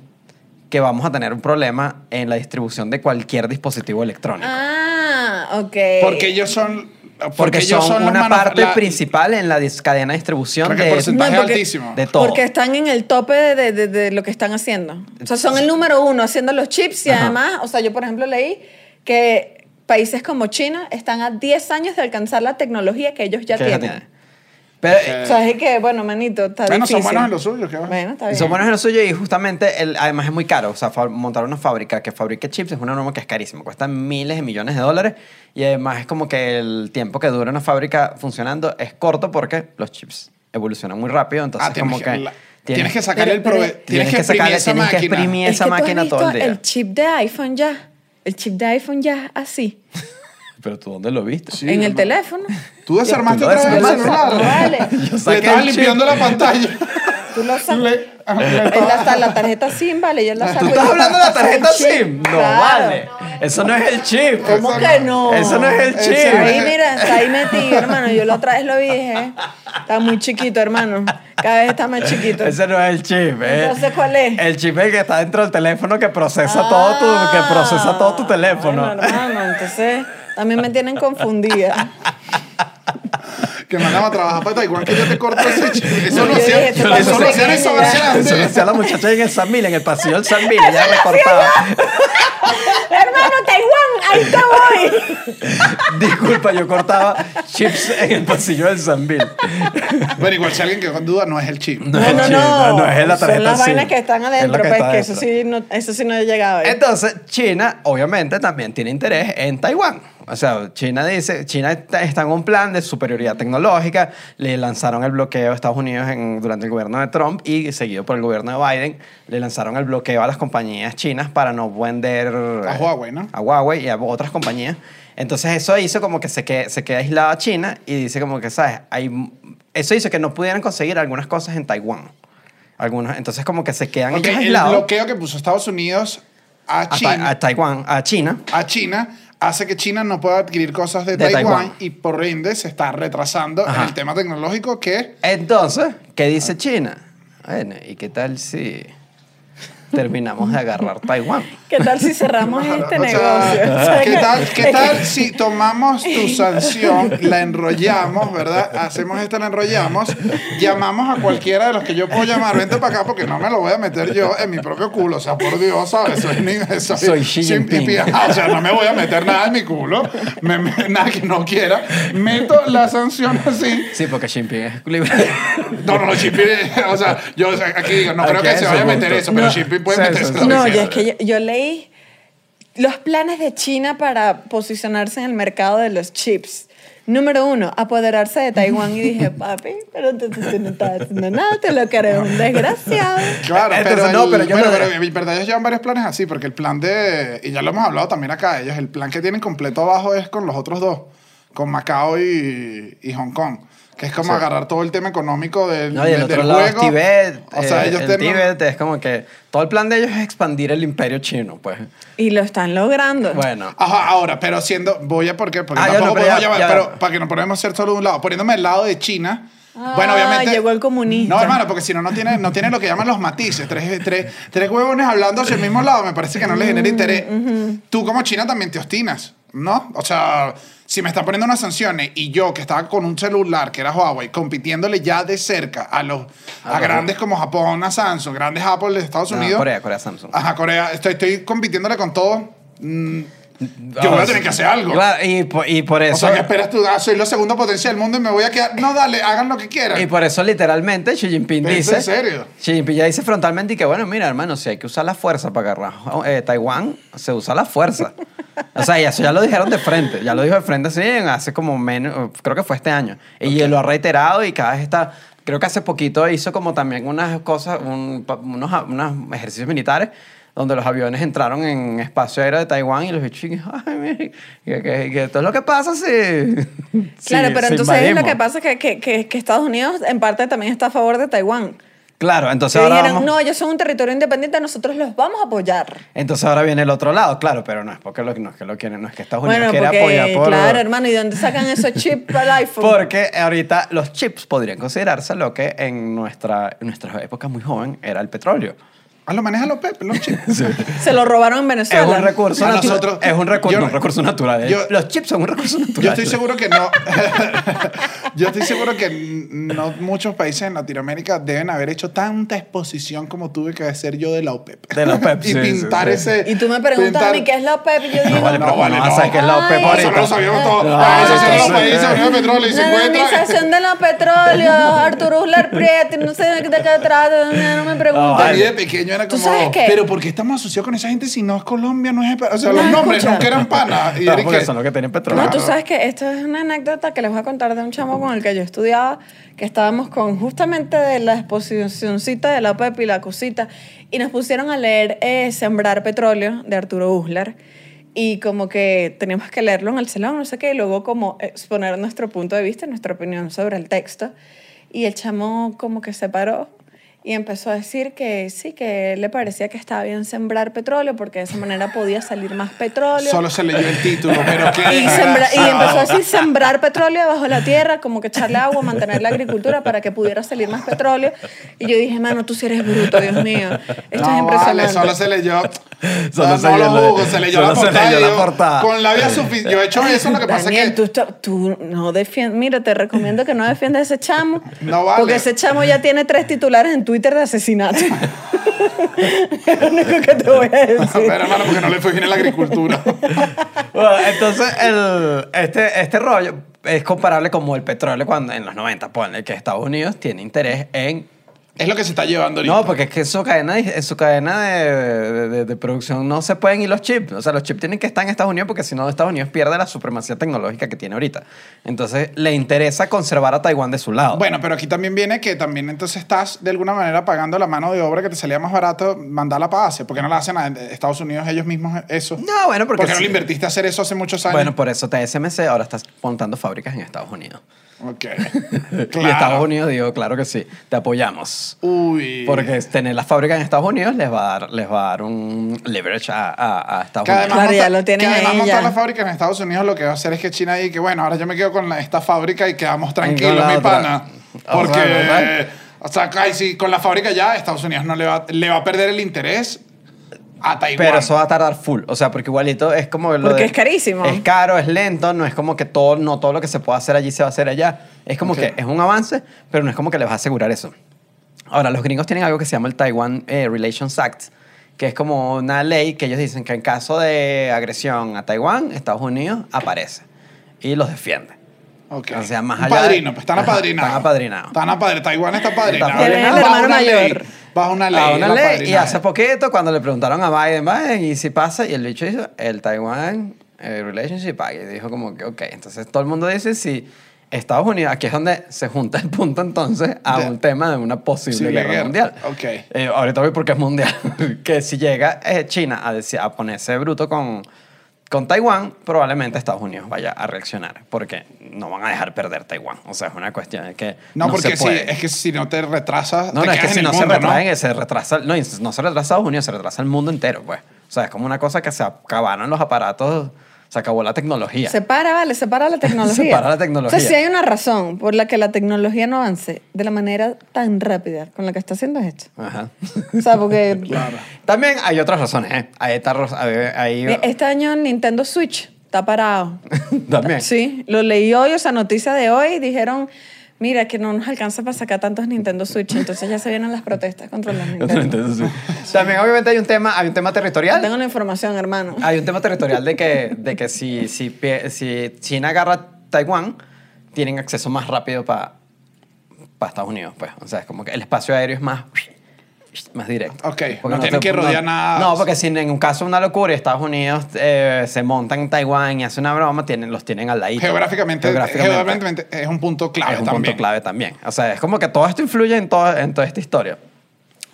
que vamos a tener un problema en la distribución de cualquier dispositivo electrónico. Ah, ok. Porque ellos son... Porque, eh, Porque, ellos son, son los una manuf- parte la- principal en la dis- cadena de distribución Creo que de, el porcentaje No, porque- altísimo. de todo. Porque están en el tope de, de- de- de lo que están haciendo. O sea, son el número uno haciendo los chips y Ajá. además, o sea, yo por ejemplo leí que países como China están a 10 años de alcanzar la tecnología que ellos ya que ya tienen. tiene. Pero O sea, es que, bueno, manito, está Eh. Bueno, son difícil. buenos en lo suyo, ¿qué va? Bueno, está bien. son buenos en lo suyo y justamente el- además es muy caro. O sea, fa- montar una fábrica que fabrique chips es una norma que es carísima. Cuesta miles de millones de dólares y además es como que el tiempo que dura una fábrica funcionando es corto porque los chips evolucionan muy rápido. Entonces, Ah, es como tienes, que, que, la- tienes que sacar Pero- el prove- pero- tienes, que exprimir sacarle- esa tienes que máquina. exprimir Es que esa tú has máquina todo visto el día. El chip de iPhone ya. El chip de iPhone ya así. Pero tú, ¿dónde lo viste? Sí, en el hermano. teléfono. Tú desarmaste Tú otra vez el desarmaste. celular. Vale. Yo Le saqué estabas el chip. limpiando la pantalla. Tú lo sabes. Le- ah, le Él estabas- hasta la tarjeta SIM, vale, yo la saco. ¿Tú estás hablando de la tarjeta SIM? No vale. Eso no es el chip. ¿Cómo Eso que no? Eso no es el Eso chip. no Ahí, mira, está ahí metido, hermano. Yo la otra vez lo vi, dije, está muy chiquito, hermano. Cada vez está más chiquito. Ese no es el chip, ¿eh? Entonces, ¿cuál es? Ah. El chip es el que está dentro del teléfono que procesa todo tu, que procesa todo tu teléfono. Bueno, hermano, entonces también me tienen confundida. Que mandaba a trabajar para igual que yo te corto ese chip. Eso No, lo yo hacían dije, este eso lo paso hacían pequeño, en esa ya. versión antes. Se lo hacía a la muchacha en el San Mil, en el pasillo del San Mil, ya le cortaba. hermano, Taiwán, ahí te voy. Disculpa, yo cortaba chips en el pasillo del San Mil. Pero igual si alguien que con duda no es el chip. No es No, el no, chip, no, no. no, es la tarjeta Son las SIM. vainas que están Es la adentro, que pues, está que eso adentro. sí, no, eso sí no he llegado. ¿eh? Entonces, China obviamente también tiene interés en Taiwán. O sea, China dice, China está, está en un plan de superioridad tecnológica, le lanzaron el bloqueo a Estados Unidos en- durante el gobierno de Trump y seguido por el gobierno de Biden, le lanzaron el bloqueo a las compañías chinas para no vender... A Huawei, ¿no? A Huawei y a otras compañías. Entonces eso hizo como que se, que, se queda aislada China y dice como que, ¿sabes? Hay, eso hizo que no pudieran conseguir algunas cosas en Taiwán. Algunos, entonces como que se quedan Ok, ellos el aislados bloqueo que puso Estados Unidos a a, Ta- China, a Taiwán, a China. a China hace que China no pueda adquirir cosas de, De Taiwán, Taiwán. y por ende se está retrasando Ajá. en el tema tecnológico que Entonces, ¿qué dice China? Bueno, ¿y qué tal si terminamos de agarrar Taiwán? ¿Qué tal si cerramos este O sea, negocio? ¿Qué tal, qué tal si tomamos tu sanción, la enrollamos, ¿verdad? Hacemos esta, la enrollamos, llamamos a cualquiera de los que yo puedo llamar, vente para acá porque no me lo voy a meter yo en mi propio culo. O sea, por Dios, ¿sabes? Soy, ni- soy, Soy Xi Jinping. pipi. Ajá, O sea, no me voy a meter nada en mi culo, me- me- nada que no quiera. Meto la sanción así. Sí, porque Xi Jinping es libre. No, no, no, Xi Jinping, o sea, yo o sea, aquí digo, no creo Aquí que es se vaya a su meter punto. eso, pero No. Xi Jinping puede Sí, meterse sí, lo que sí. No, quiera. yo es que yo, yo leí los planes de China para posicionarse en el mercado de los chips. Número uno, apoderarse de Taiwán. Y dije, papi, pero tú, tú- tú no estás haciendo nada, te lo que eres un desgraciado. Claro, Eh, pero, pero no, el- pero yo bueno, no- pero en verdad ellos llevan varios planes así, porque el plan de, y ya lo hemos hablado también acá, ellos el plan que tienen completo abajo es con los otros dos, con Macao y, y Hong Kong, que es como agarrar todo el tema económico del, No, y el del- otro del lado es juego. Tibet. o sea, eh, ellos el tienen- Tíbet es como que todo el plan de ellos es expandir el imperio chino, pues. Y lo están logrando. Bueno. Ajá, ahora, pero siendo, voy a por qué, porque Ah, ya, tampoco no, pero podemos ya, llevar, ya. pero para que no podemos ser solo de un lado, poniéndome del lado de China. Ah, Bueno, obviamente. llegó el comunista. No, hermano, porque si no, no tiene, no tiene lo que llaman los matices. Tres, tres, tres huevones hablando hacia el mismo lado, me parece que no le Mm, genera interés. Tú, como China, también te obstinas, ¿no? O sea, si me están poniendo unas sanciones y yo, que estaba con un celular que era Huawei, compitiéndole ya de cerca a los a los- grandes como Japón, a Samsung, grandes Apple de Estados No, Unidos. Ah, Corea, Corea, Samsung. Ajá, Corea. Estoy, estoy compitiéndole con todo. Mm, yo voy a tener que hacer algo. Claro, y, por- y por O eso. sea, ¿qué esperas tú? Ah, soy la segunda potencia del mundo y me voy a quedar. No, dale, hagan lo que quieran. Y por eso literalmente Xi Jinping ¿Pero dice... en serio? Xi Jinping ya dice frontalmente y que bueno, mira hermano, si hay que usar la fuerza para agarrar eh, Taiwán, se usa la fuerza. O sea, y eso ya lo dijeron de frente, ya lo dijo de frente así en hace como menos, creo que fue este año. Y lo ha reiterado y cada vez está... Creo que hace poquito hizo como también unas cosas, un- pa- unos, a- unos ejercicios militares donde los aviones entraron en espacio aéreo de Taiwán y los bichos, ay, mira, que, que- que esto es lo que pasa si... Claro, si- pero si entonces lo invadimos". que pasa es que, que- que- que Estados Unidos en parte también está a favor de Taiwán. Claro, entonces Se ahora dijeron, vamos- no, ellos son un territorio independiente, nosotros los vamos a apoyar. Entonces ahora viene el otro lado, claro, pero no es porque lo, no es que lo quieren, no es que Estados Unidos Bueno, quiere porque, apoyar por- claro, hermano, ¿y de dónde sacan esos chips para el iPhone? porque ahorita los chips podrían considerarse lo que en nuestra en nuestra época muy joven era el petróleo. Ah, lo manejan los Pepe, los chicos. Se lo robaron en Es Venezuela. un recurso A natu- nosotros- es un recu- yo- no, un recurso natural. eh. yo- los chips son un recurso natural. Yo estoy seguro que no. Yo estoy seguro que n- no muchos países en Latinoamérica deben haber hecho tanta exposición como tuve que hacer yo de la OPEP. De la OPEP, y sí, sí, pintar sí. ese. Y tú me preguntas a mí pintar- qué es la OPEP y yo digo, No vale, No, pero vale, no, no. sabes qué es la OPEP Ay, Eso no ahorita. lo sabíamos todos. No, Ah, eso no, son no, los no, países no. unidos de petróleo y se La encuentran. Organización de los Petróleos, Arturo Uslar Prieto, no sé de qué te trata, no, no A mí No, me vale. preguntes. de pequeño era ¿Tú como, sabes qué? pero ¿por qué estamos asociados con esa gente si no es Colombia, no es... O sea, No, los nombres escucha. nunca eran panas. Y No, era porque que- son los que tienen petróleo. No, tú Claro. sabes que esto es una anécdota que les voy a contar de un chamo con el que yo estudiaba, que estábamos con justamente de la exposicióncita de la OPEP y la cosita, y nos pusieron a leer eh, Sembrar Petróleo de Arturo Uslar. Y como que teníamos que leerlo en el salón, no sé qué, y luego como exponer nuestro punto de vista, nuestra opinión sobre el texto. Y el chamo como que se paró y empezó a decir que sí, que le parecía que estaba bien sembrar petróleo porque de esa manera podía salir más petróleo. Solo se leyó el título, pero qué y, sembra- y desgraciado. empezó a decir sembrar petróleo bajo la tierra, como que echarle agua, mantener la agricultura para que pudiera salir más petróleo. Y yo dije, mano, tú sí eres bruto, Dios mío. Esto es no, vale, impresionante. solo se leyó. Solo no, se no leyó lo la- juzgo, se leyó solo la se portada. leyó y la yo, portada. Con labia suficiente. Yo he hecho eso, lo que pasa es Daniel, que. tú, está- tú no defiendes, mira, te recomiendo que no defiendas a ese chamo, No vale. porque ese chamo ya tiene tres titulares en Twitter de asesinato. es lo único que te voy a decir. Pero hermano, porque no le fue bien en la agricultura. Bueno, entonces, el, este, este rollo es comparable como el petróleo cuando en los 90, ponle que Estados Unidos tiene interés en... es lo que se está llevando ahorita. No, porque es que en su cadena, en su cadena de, de- de producción no se pueden ir los chips. O sea, los chips tienen que estar en Estados Unidos porque si no, Estados Unidos pierde la supremacía tecnológica que tiene ahorita. Entonces, le interesa conservar a Taiwán de su lado. Bueno, pero aquí también viene que también entonces estás de alguna manera pagando la mano de obra que te salía más barato mandarla para Asia. porque no la hacen a Estados Unidos ellos mismos eso? No, bueno, porque ¿Por qué no sí. le invertiste a hacer eso hace muchos años? Bueno, por eso TSMC ahora está montando fábricas en Estados Unidos. Ok. Y Estados claro. Unidos digo, claro que sí, te apoyamos. Uy. Porque tener las fábricas en Estados Unidos les va a dar, les va a dar un leverage a, a- a Estados Que además, Unidos. Claro, monta- ya lo tienen que además ahí, montar ya. la fábrica en Estados Unidos lo que va a hacer es que China y que bueno, ahora yo me quedo con la- esta fábrica y quedamos tranquilos, la mi otra. pana. O Porque, sea, ¿verdad? o sea, ay, sí, con la fábrica ya Estados Unidos no le va, le va a perder el interés a Taiwán. Pero eso va a tardar full. O sea, porque igualito es como. Lo Porque de- es carísimo. Es caro, es lento, no es como que todo, no todo lo que se pueda hacer allí se va a hacer allá. Es como Ok. que es un avance, pero no es como que les vas a asegurar eso. Ahora, los gringos tienen algo que se llama el Taiwan eh, Relations Act, que es como una ley que ellos dicen que en caso de agresión a Taiwán, Estados Unidos aparece y los defiende. Ok. O sea, más Un allá de- Padrino, pues están Ajá, apadrinados. están apadrinados. Están apadrinados. Taiwán está apadrinado. Está apadrinado. Bajo El hermano una ley, mayor. Bajo una ley. a Ah, una el ley. Y apadrinaje. hace poquito, cuando le preguntaron a Biden, Biden, ¿y si pasa? Y el bicho hizo el Taiwan eh, Relationship Act. Y dijo como que, ok. Entonces todo el mundo dice si Estados Unidos, aquí es donde se junta el punto entonces a De- un tema de una posible Sí, la guerra, guerra. mundial. Ok. Eh, ahorita voy porque es mundial. que si llega eh, China a, decir, a ponerse bruto con... Con Taiwán, probablemente Estados Unidos vaya a reaccionar, porque no van a dejar perder Taiwán. O sea, es una cuestión de que. No, porque se si, puede. es que si no te retrasas, No, te no, es que quedas si en no el se mundo, ¿no? retraen, eh, se retrasa, no, y no se retrasa Estados Unidos, se retrasa el mundo entero, pues. O sea, es como una cosa que se acabaron los aparatos, se acabó la tecnología. Se para, vale, se para la tecnología. Se para la tecnología. O sea, si hay una razón por la que la tecnología no avance de la manera tan rápida con la que está haciendo esto. Ajá. O sea, porque También hay otras razones, ¿eh? Hay esta ro- hay- hay- este año Nintendo Switch está parado. También. Sí, lo leí hoy, o sea, noticia de hoy, dijeron, mira, que no nos alcanza para sacar tantos Nintendo Switch, entonces ya se vienen las protestas contra los Nintendo. Entonces, sí. También obviamente hay un tema, hay un tema No territorial. tengo la información, hermano. Hay un tema territorial de que, de que si, si, pie- si China agarra Taiwán, tienen acceso más rápido para Estados Unidos, pues. O sea, es como que el espacio aéreo es más, más directo. Ok, no Porque tienen se- que rodear nada. No, porque si en un caso una locura y Estados Unidos eh, se monta en Taiwán y hace una broma, tienen, los tienen al ladito. Geográficamente, geográficamente es un punto clave es un también. punto clave también. O sea, es como que todo esto influye en, todo, en toda esta historia.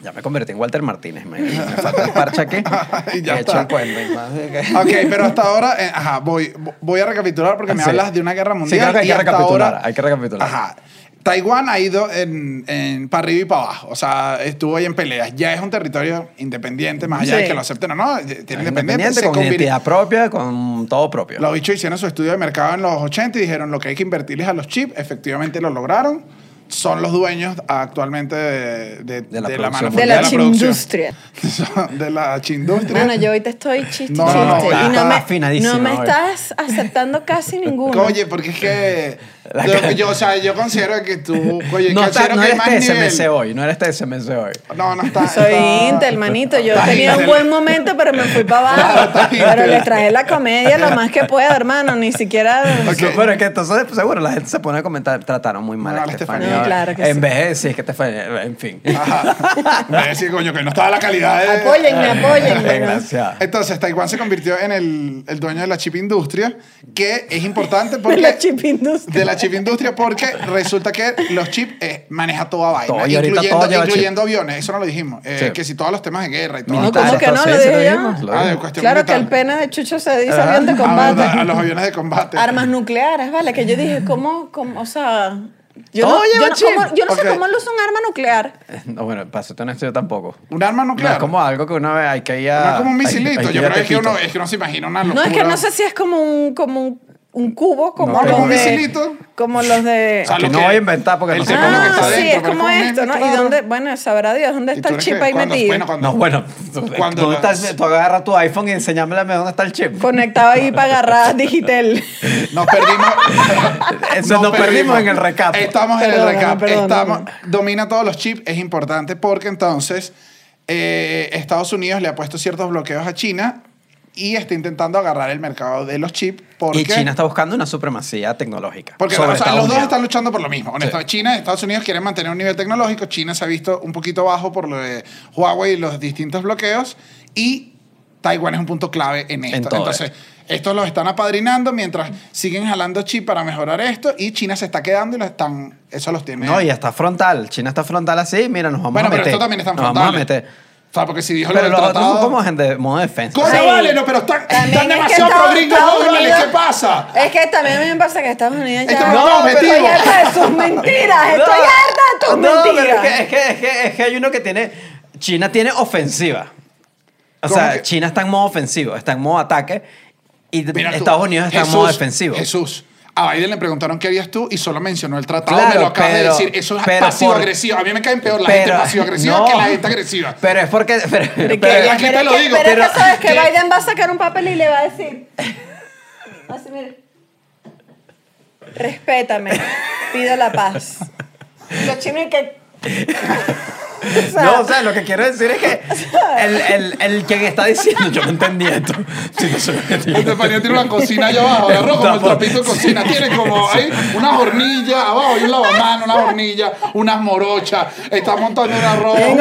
Ya me convertí en Walter Martínez. Me, me falta el parche aquí. Y ya He hecho está. el cuento, y más de que- Ok, pero hasta ahora, eh, ajá, voy, voy a recapitular porque me Sí. hablas de una guerra Sí, mundial. creo que hay y que hasta recapitular, ahora- hay que recapitular. Ajá. Taiwán ha ido en, en para arriba y para abajo. O sea, estuvo ahí en peleas. Ya es un territorio independiente, más allá Sí. de que lo acepten o no. eh, Tiene independiente. se con convirtió- identidad propia, con todo propio. Los bichos hicieron su estudio de mercado en los 80 y dijeron lo que hay que invertirles a los chips. Efectivamente lo lograron. Son los dueños actualmente de, de- De pues la de la producción. De De manufactura la de la producción. chindustria. Son De la chindustria. Bueno, yo hoy te estoy chiste, No, no, no, chiste, ya y está no me, afinadísimo no me hoy. estás aceptando casi ninguno. Oye, porque es que. La yo- cara. yo, o sea, yo considero que tú. Oye, no considero está, no que hay eres más nivel. TSMC hoy, no eres TSMC hoy. No, no está. Soy está- Intel, manito. Yo Está tenía un Intel. buen momento, pero me fui para abajo. Está Intel. Pero les traje la comedia lo más que pueda, hermano. Ni siquiera. Ok. Bueno, es que entonces seguro la gente se pone a comentar, trataron muy mal Mal a a Estefanía. Estefanía. No, claro que en sí. vez de decir que Estefanía, en fin. Ah. Ajá. Me decía, coño, que no estaba la calidad de. Apóyenme, apóyenme. ¿no? Gracias. Entonces, Taiwán se convirtió en el, el dueño de la chip industria, que es importante porque. De la chip industria. de la chip industria porque resulta que los chips eh, maneja toda vaina, Todo, y ahorita incluyendo, todo lleva chip. incluyendo aviones, eso no lo dijimos, Eh, Sí. que si todos los temas de guerra y todo. No, ¿cómo que no? Sí, Lo sí, dije ya. dijimos, lo Ah, de dijimos. cuestión Claro que el militar. pene de Chucho se dice avión de Ah, verdad, A, combate. los aviones de combate. Armas nucleares, vale. Que yo dije, ¿cómo? cómo o sea. Yo Todo no, lleva yo no- chip. ¿cómo- yo no Ok. sé cómo lo usa un arma nuclear. No, bueno, para serte honesto, yo tampoco. Un arma nuclear. No, es como algo que una vez hay que ir No a... es como un hay- misilito. hay Yo ir a creo que es que Tepito. uno, es que uno se imagina una No, locura. es que no sé si es como un, como un, un cubo, como No, los como un de... misilito. Como los de... O sea, Que no voy a inventar porque el no sé tema es cómo lo que está Ah, está sí, dentro, es pero como un esto, meme, ¿no? ¿Y claro. dónde? Bueno, sabrá Dios, ¿dónde ¿Y está tú el crees chip que ahí cuando- metido? bueno, cuando- No, bueno, tú, Cuando tú la- estás- tú agarras tu iPhone y enséñamela dónde está el chip. Conectado ahí para agarrar digital. Nos perdimos. Eso nos perdimos en el recap. Estamos en el Perdóname, recap. perdóname. Estamos, domina todos los chips. Es importante porque entonces eh, Estados Unidos le ha puesto ciertos bloqueos a China y está intentando agarrar el mercado de los chips porque... Y China está buscando una supremacía tecnológica. Porque o sobre sea, Estados los dos Unidos. están luchando por lo mismo. Honestamente, China y Estados Unidos quieren mantener un nivel tecnológico. China se ha visto un poquito bajo por lo de Huawei y los distintos bloqueos. Y Taiwán es un punto clave en esto. En todo Entonces, estos los están apadrinando mientras siguen jalando chip para mejorar esto. Y China se está quedando y lo están, eso los tiene. No, y está frontal. China está frontal así. Mira, nos vamos bueno, a meter. pero esto también está en Nos frontal. vamos a meter. O sea, porque si dijo Pero lo del los otros son tratado... como gente de modo defensa. Coño, Sí. vale, no, pero están, También están es que demasiado Estados- pro gringos, Estados vale, Unidos- ¿qué pasa? Es que también a mí me pasa que Estados Unidos ya... Esto no es objetivo. Estoy harta de sus mentiras. Estoy harta de tus No, pero mentiras. es, que, es, que, es, que, es que hay uno que tiene. China tiene ofensiva. O ¿Cómo sea, que? China está en modo ofensivo, está en modo ataque. Y Mira tú, Estados Unidos está en modo defensivo. Jesús. A Biden le preguntaron qué harías tú y solo mencionó el tratado. Claro, me lo acabas pero- de decir. Eso es pero pasivo-agresivo. A mí me caen peor la gente pasivo-agresiva no. que la gente agresiva. Pero es porque. Pero, Porque pero- aquí te es lo que- digo, Pero, es pero- que sabes que ¿Qué? Biden va a sacar un papel y le va a decir. Así, mire. Respétame. Pido la paz. Los chinos que. O sea, No, o sea, lo que quiero decir es que el, el, el quien está diciendo, yo no entendí esto. Sí, no sé lo que tiene. Estefanía tiene una cocina allá abajo, agarró como el Tampoco. trapito de cocina. Tiene como hay unas hornillas abajo, hay un lavamano, unas hornillas, unas morochas. Está montando un Tengo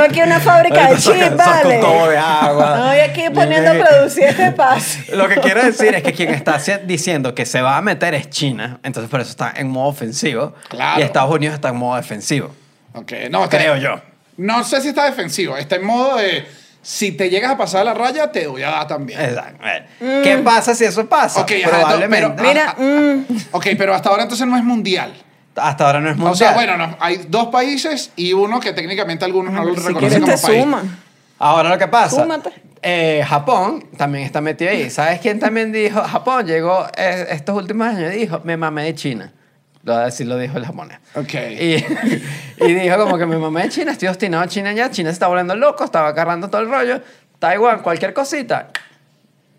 arroz. aquí una fábrica de Ahorita saca- chips, saca un vale. tubo de agua. Estoy aquí poniendo Bien. a producir este paso. Lo que quiero decir es que quien está haci- diciendo que se va a meter es China, entonces por eso está en modo ofensivo. Claro. Y Estados Unidos está en modo defensivo. Ok, no, está- Creo yo. No sé si está defensivo. Está en modo de si te llegas a pasar la raya, te voy a dar también. Exacto. Mm. ¿Qué pasa si eso pasa? Ok, ajá, Probablemente. pero- Mira, ah, mm, Ok, pero hasta ahora entonces no es mundial. Hasta ahora no es mundial. O sea, bueno, no, hay dos países y uno que técnicamente algunos no lo si reconocen quieres como te país. suma. Ahora lo que pasa. Súmate. eh, Japón también está metido ahí. ¿Sabes quién también dijo? Japón llegó eh, estos últimos años y dijo, me mamé de China. Lo voy a decir, lo dijo el japonés. Ok. Eh, Y, y dijo como que me mamé de China, estoy obstinado de China ya, China se está volviendo loco, estaba agarrando todo el rollo. Taiwán, cualquier cosita.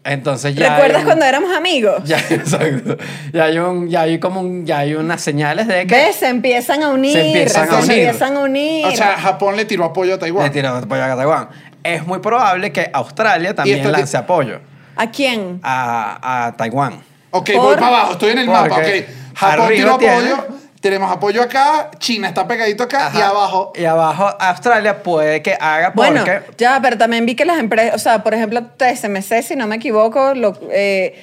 Entonces ya... hay ¿Recuerdas un- cuando éramos amigos? Ya, exacto. Ya hay, un, ya hay como un- ya hay unas señales de que... ¿Ves? Se empiezan a unir. Se empiezan a unir. empiezan a unir. O sea, Japón le tiró apoyo a Taiwán. Le tiró apoyo a Taiwán. Es muy probable que Australia esto también ti- lance apoyo ¿A quién? a, a Taiwán. Ok, voy Por- para abajo, estoy en el mapa. Porque ok. Japón tiró arriba tiene- apoyo, tenemos apoyo acá, China está pegadito acá y Ajá. abajo. Y abajo Australia puede que haga Bueno, porque... ya, pero también vi que las empresas, o sea, por ejemplo, TSMC, si no me equivoco, lo- eh,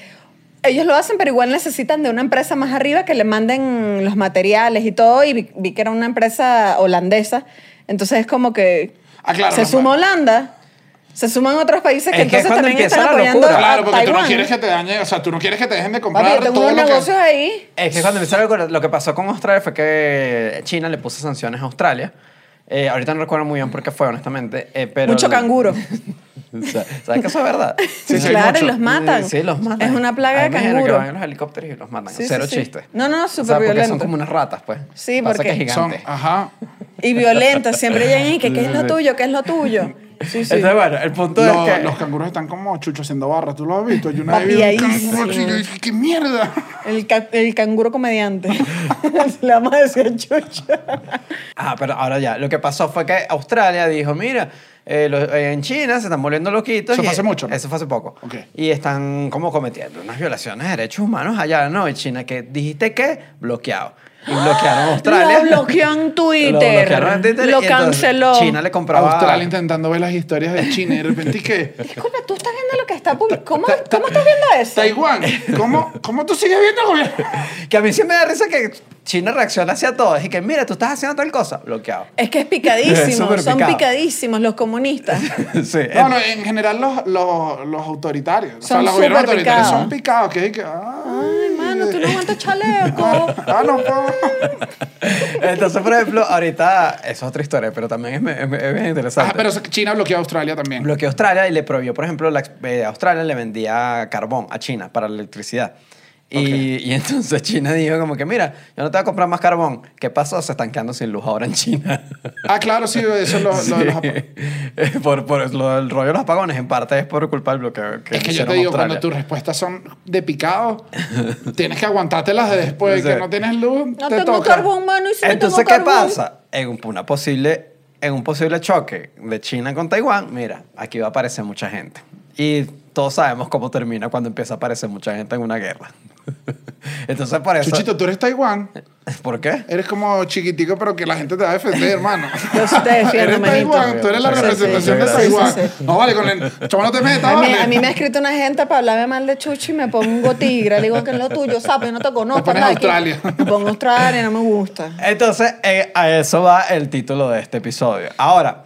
ellos lo hacen, pero igual necesitan de una empresa más arriba que le manden los materiales y todo, y vi, vi que era una empresa holandesa, entonces es como que Ah, claro, se no, suma claro. Holanda, se suman otros países que Es que es entonces cuando también empieza están la apoyando locura. a Claro, porque tú no Taiwán. quieres que te dañen, o sea, tú no quieres que te dejen de Papi, comprar yo tengo todo unos lo negocios que... ahí. Es que cuando empezaron con- lo que pasó con Australia fue que China le puso sanciones a Australia. Eh, ahorita no recuerdo muy bien por qué fue, honestamente. eh, pero Mucho canguro. O sea, ¿Sabes que eso es verdad? Sí, sí, hay claro, y mucho. los matan. Sí, los matan. Es una plaga Ahí de me dijeron canguro. Que van en los helicópteros y los matan. Sí, sí, Cero sí. chiste. No, no, no, O sea, súper porque Son violento. como unas ratas, pues. Sí, Pasa que porque es Son, gigante. ajá. Y violenta, siempre llegan y que, ¿qué es lo tuyo? ¿Qué es lo tuyo? Sí, sí. Entonces, bueno, el punto Lo- es que... Los canguros están como chucho haciendo barra, tú lo has visto. Yo una Papi, vez vi ahí un canguro sí. así, yo dije, ¿qué mierda? El, ca- el canguro comediante. Le vamos a decir a Chucho. Ah, pero ahora ya. Lo que pasó fue que Australia dijo, mira, eh, lo- eh, en China se están volviendo loquitos. Eso y- fue hace mucho, ¿no? Eso fue hace poco. Ok. Y están como cometiendo unas violaciones de derechos humanos allá, ¿no? En China, que dijiste que bloqueado. Y bloquearon a Australia. Lo bloqueó en Twitter. Lo bloquearon en Twitter. Lo y entonces canceló. China le compraba... Australia intentando ver las historias de China y de repente, ¿y ¿qué? Disculpa, tú estás viendo lo que está publicado. ¿Cómo, ¿Cómo estás viendo eso? Taiwán, ¿cómo, ¿cómo tú sigues viendo el gobierno? Que a mí sí me da risa que China reacciona hacia todo. Y que, mira, tú estás haciendo tal cosa. Bloqueado. Es que es Es picadísimo. súper Son picado. picadísimos los comunistas. sí. No, no, en general los, los, los autoritarios. o sea, Son los gobiernos súper autoritarios picados. son picados. Que, que, ah, Ay, mano, coño, tú no aguantas chaleco. Ah, no puedo. Entonces, por ejemplo, ahorita, eso es otra historia, pero también es, es- es bien interesante. Ah, pero China bloqueó a Australia también. Bloqueó a Australia y le prohibió, por ejemplo, la, eh, Australia le vendía carbón a China para la electricidad. Y, y entonces China dijo como que, mira, yo no te voy a comprar más carbón. ¿Qué pasó? Se están quedando sin luz ahora en China. ah, claro, sí, eso es lo, lo de los apa- Sí. por, por lo del rollo de los apagones, en parte es por culpa del bloqueo. Que Es que yo hicieron te digo, Australia. cuando tus respuestas son de picado, tienes que aguantártelas de después, Sí. que no tienes luz, No te tengo toca. carbón, mano, y si Entonces, no ¿qué tengo carbón. pasa? En un, una posible, en un posible choque de China con Taiwán, mira, aquí va a aparecer mucha gente. Y todos sabemos cómo termina cuando empieza a aparecer mucha gente en una guerra. Entonces, por eso... Chuchito, tú eres Taiwán. ¿Por qué? Eres como chiquitico, pero que la gente te va a defender, hermano. Yo sí te defiendo, Eres manito. Taiwán, tú eres la Sí, sí, representación sí, de sí, Taiwán. sí, sí. No vale, con el chamo no te metas, A mí, vale. a mí me ha escrito una gente para hablarme mal de Chuchi y me pongo tigre. Le digo que es lo tuyo, sapo, yo no te conozco. Te pones anda de aquí. Australia. Me pongo Australia, no me gusta. Entonces, eh, a eso va el título de este episodio. Ahora,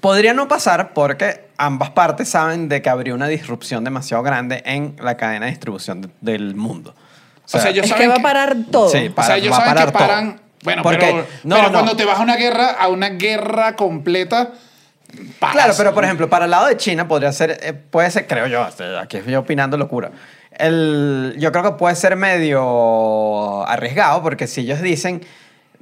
podría no pasar porque ambas partes saben de que habría una disrupción demasiado grande en la cadena de distribución de- del mundo. O sea, yo- Es que saben va a que- parar todo. Sí. o sea, para- ellos va a saben que parar todo. paran. Bueno, Porque- pero, no, pero no. cuando te vas a una guerra, a una guerra completa, paras. Claro, pero por ejemplo, para el lado de China podría ser, eh, puede ser, creo yo, este, aquí estoy opinando locura. El, yo creo que puede ser medio arriesgado porque si ellos dicen,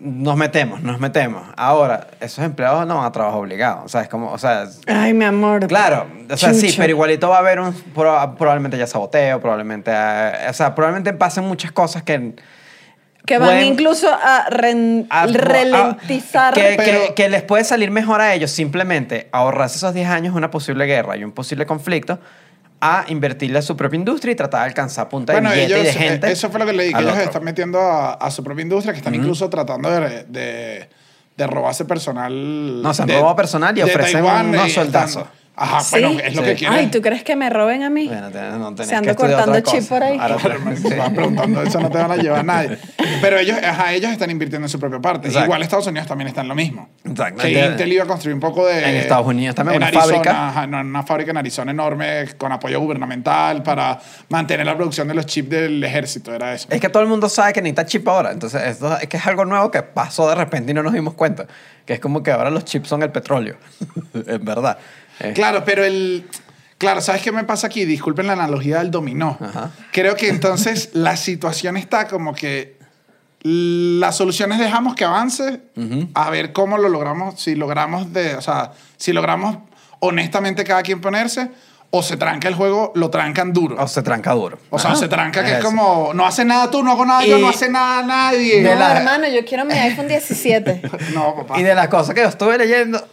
nos metemos, nos metemos. Ahora, esos empleados no van a trabajo obligado. O sea, es como, o sea, es- Ay, mi amor. Claro, o sea, sí, Chucho. pero igualito va a haber un. proba- Probablemente ya saboteo, probablemente. eh, o sea, probablemente pasen muchas cosas que. Que van pueden- incluso a, ren- a- ralentizar. a- ah, que, Pero- que- que les puede salir mejor a ellos simplemente ahorrarse esos 10 años de una posible guerra y un posible conflicto a invertirle a su propia industria y tratar de alcanzar punta de Bueno, billete ellos, y de gente. eh, eso fue lo que leí, que al ellos otro. están metiendo a, a su propia industria, que están incluso tratando de, de, de robarse personal. No, se han de- robado personal y de ofrecen Taiwán unos y están- sueldazos. Ajá, Sí. ah, bueno, es lo que Sí. quieren. Ay, ¿tú crees que me roben a mí? Bueno, te- no tenés Se anda que estudiar cortando otra chip cosa. por ahí. Ahora Claro, me tenés- estabas preguntando eso, no te van a llevar a nadie. Pero ellos, ajá, ellos están invirtiendo en su propia parte. Exacto. Igual Estados Unidos también está en lo mismo. Exacto. Que Intel iba a construir un poco de... En Estados Unidos también, en una Arizona, fábrica. ajá, no, una fábrica en Arizona enorme con apoyo gubernamental para mantener la producción de los chips del ejército, era eso. Es que todo el mundo sabe que necesita chip ahora. Entonces, esto es que es algo nuevo que pasó de repente y no nos dimos cuenta. Que es como que ahora los chips son el petróleo. en verdad. Eh, Claro, pero el... Claro, ¿sabes qué me pasa aquí? Disculpen la analogía del dominó. Ajá. Creo que entonces la situación está como que las soluciones dejamos que avance a ver cómo lo logramos, si logramos de, o sea, si logramos honestamente cada quien ponerse o se tranca el juego, lo trancan duro. O se tranca duro. O sea, Ajá. se tranca que es Eso. como no hace nada tú, no hago nada yo, Y- no hace nada nadie. No, de la- hermano, yo quiero mi iPhone 17. No, papá. Y de las cosas que yo estuve leyendo,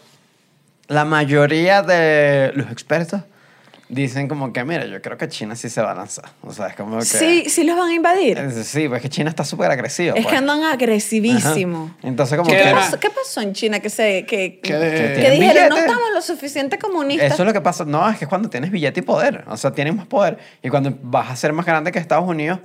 la mayoría de los expertos dicen como que, mira, yo creo que China sí se va a lanzar. O sea, es como que... Sí, sí los van a invadir. Eh, Sí, pues que China está súper agresiva. Es que pues. andan Ajá. agresivísimo. Entonces como ¿Qué que... ¿Qué Era- pasó, qué pasó en China que se que, Que de- que tienen dijeron no billetes. estamos lo suficiente comunistas? Eso es lo que pasa. No, es que cuando tienes billete y poder. O sea, tienes más poder. Y cuando vas a ser más grande que Estados Unidos,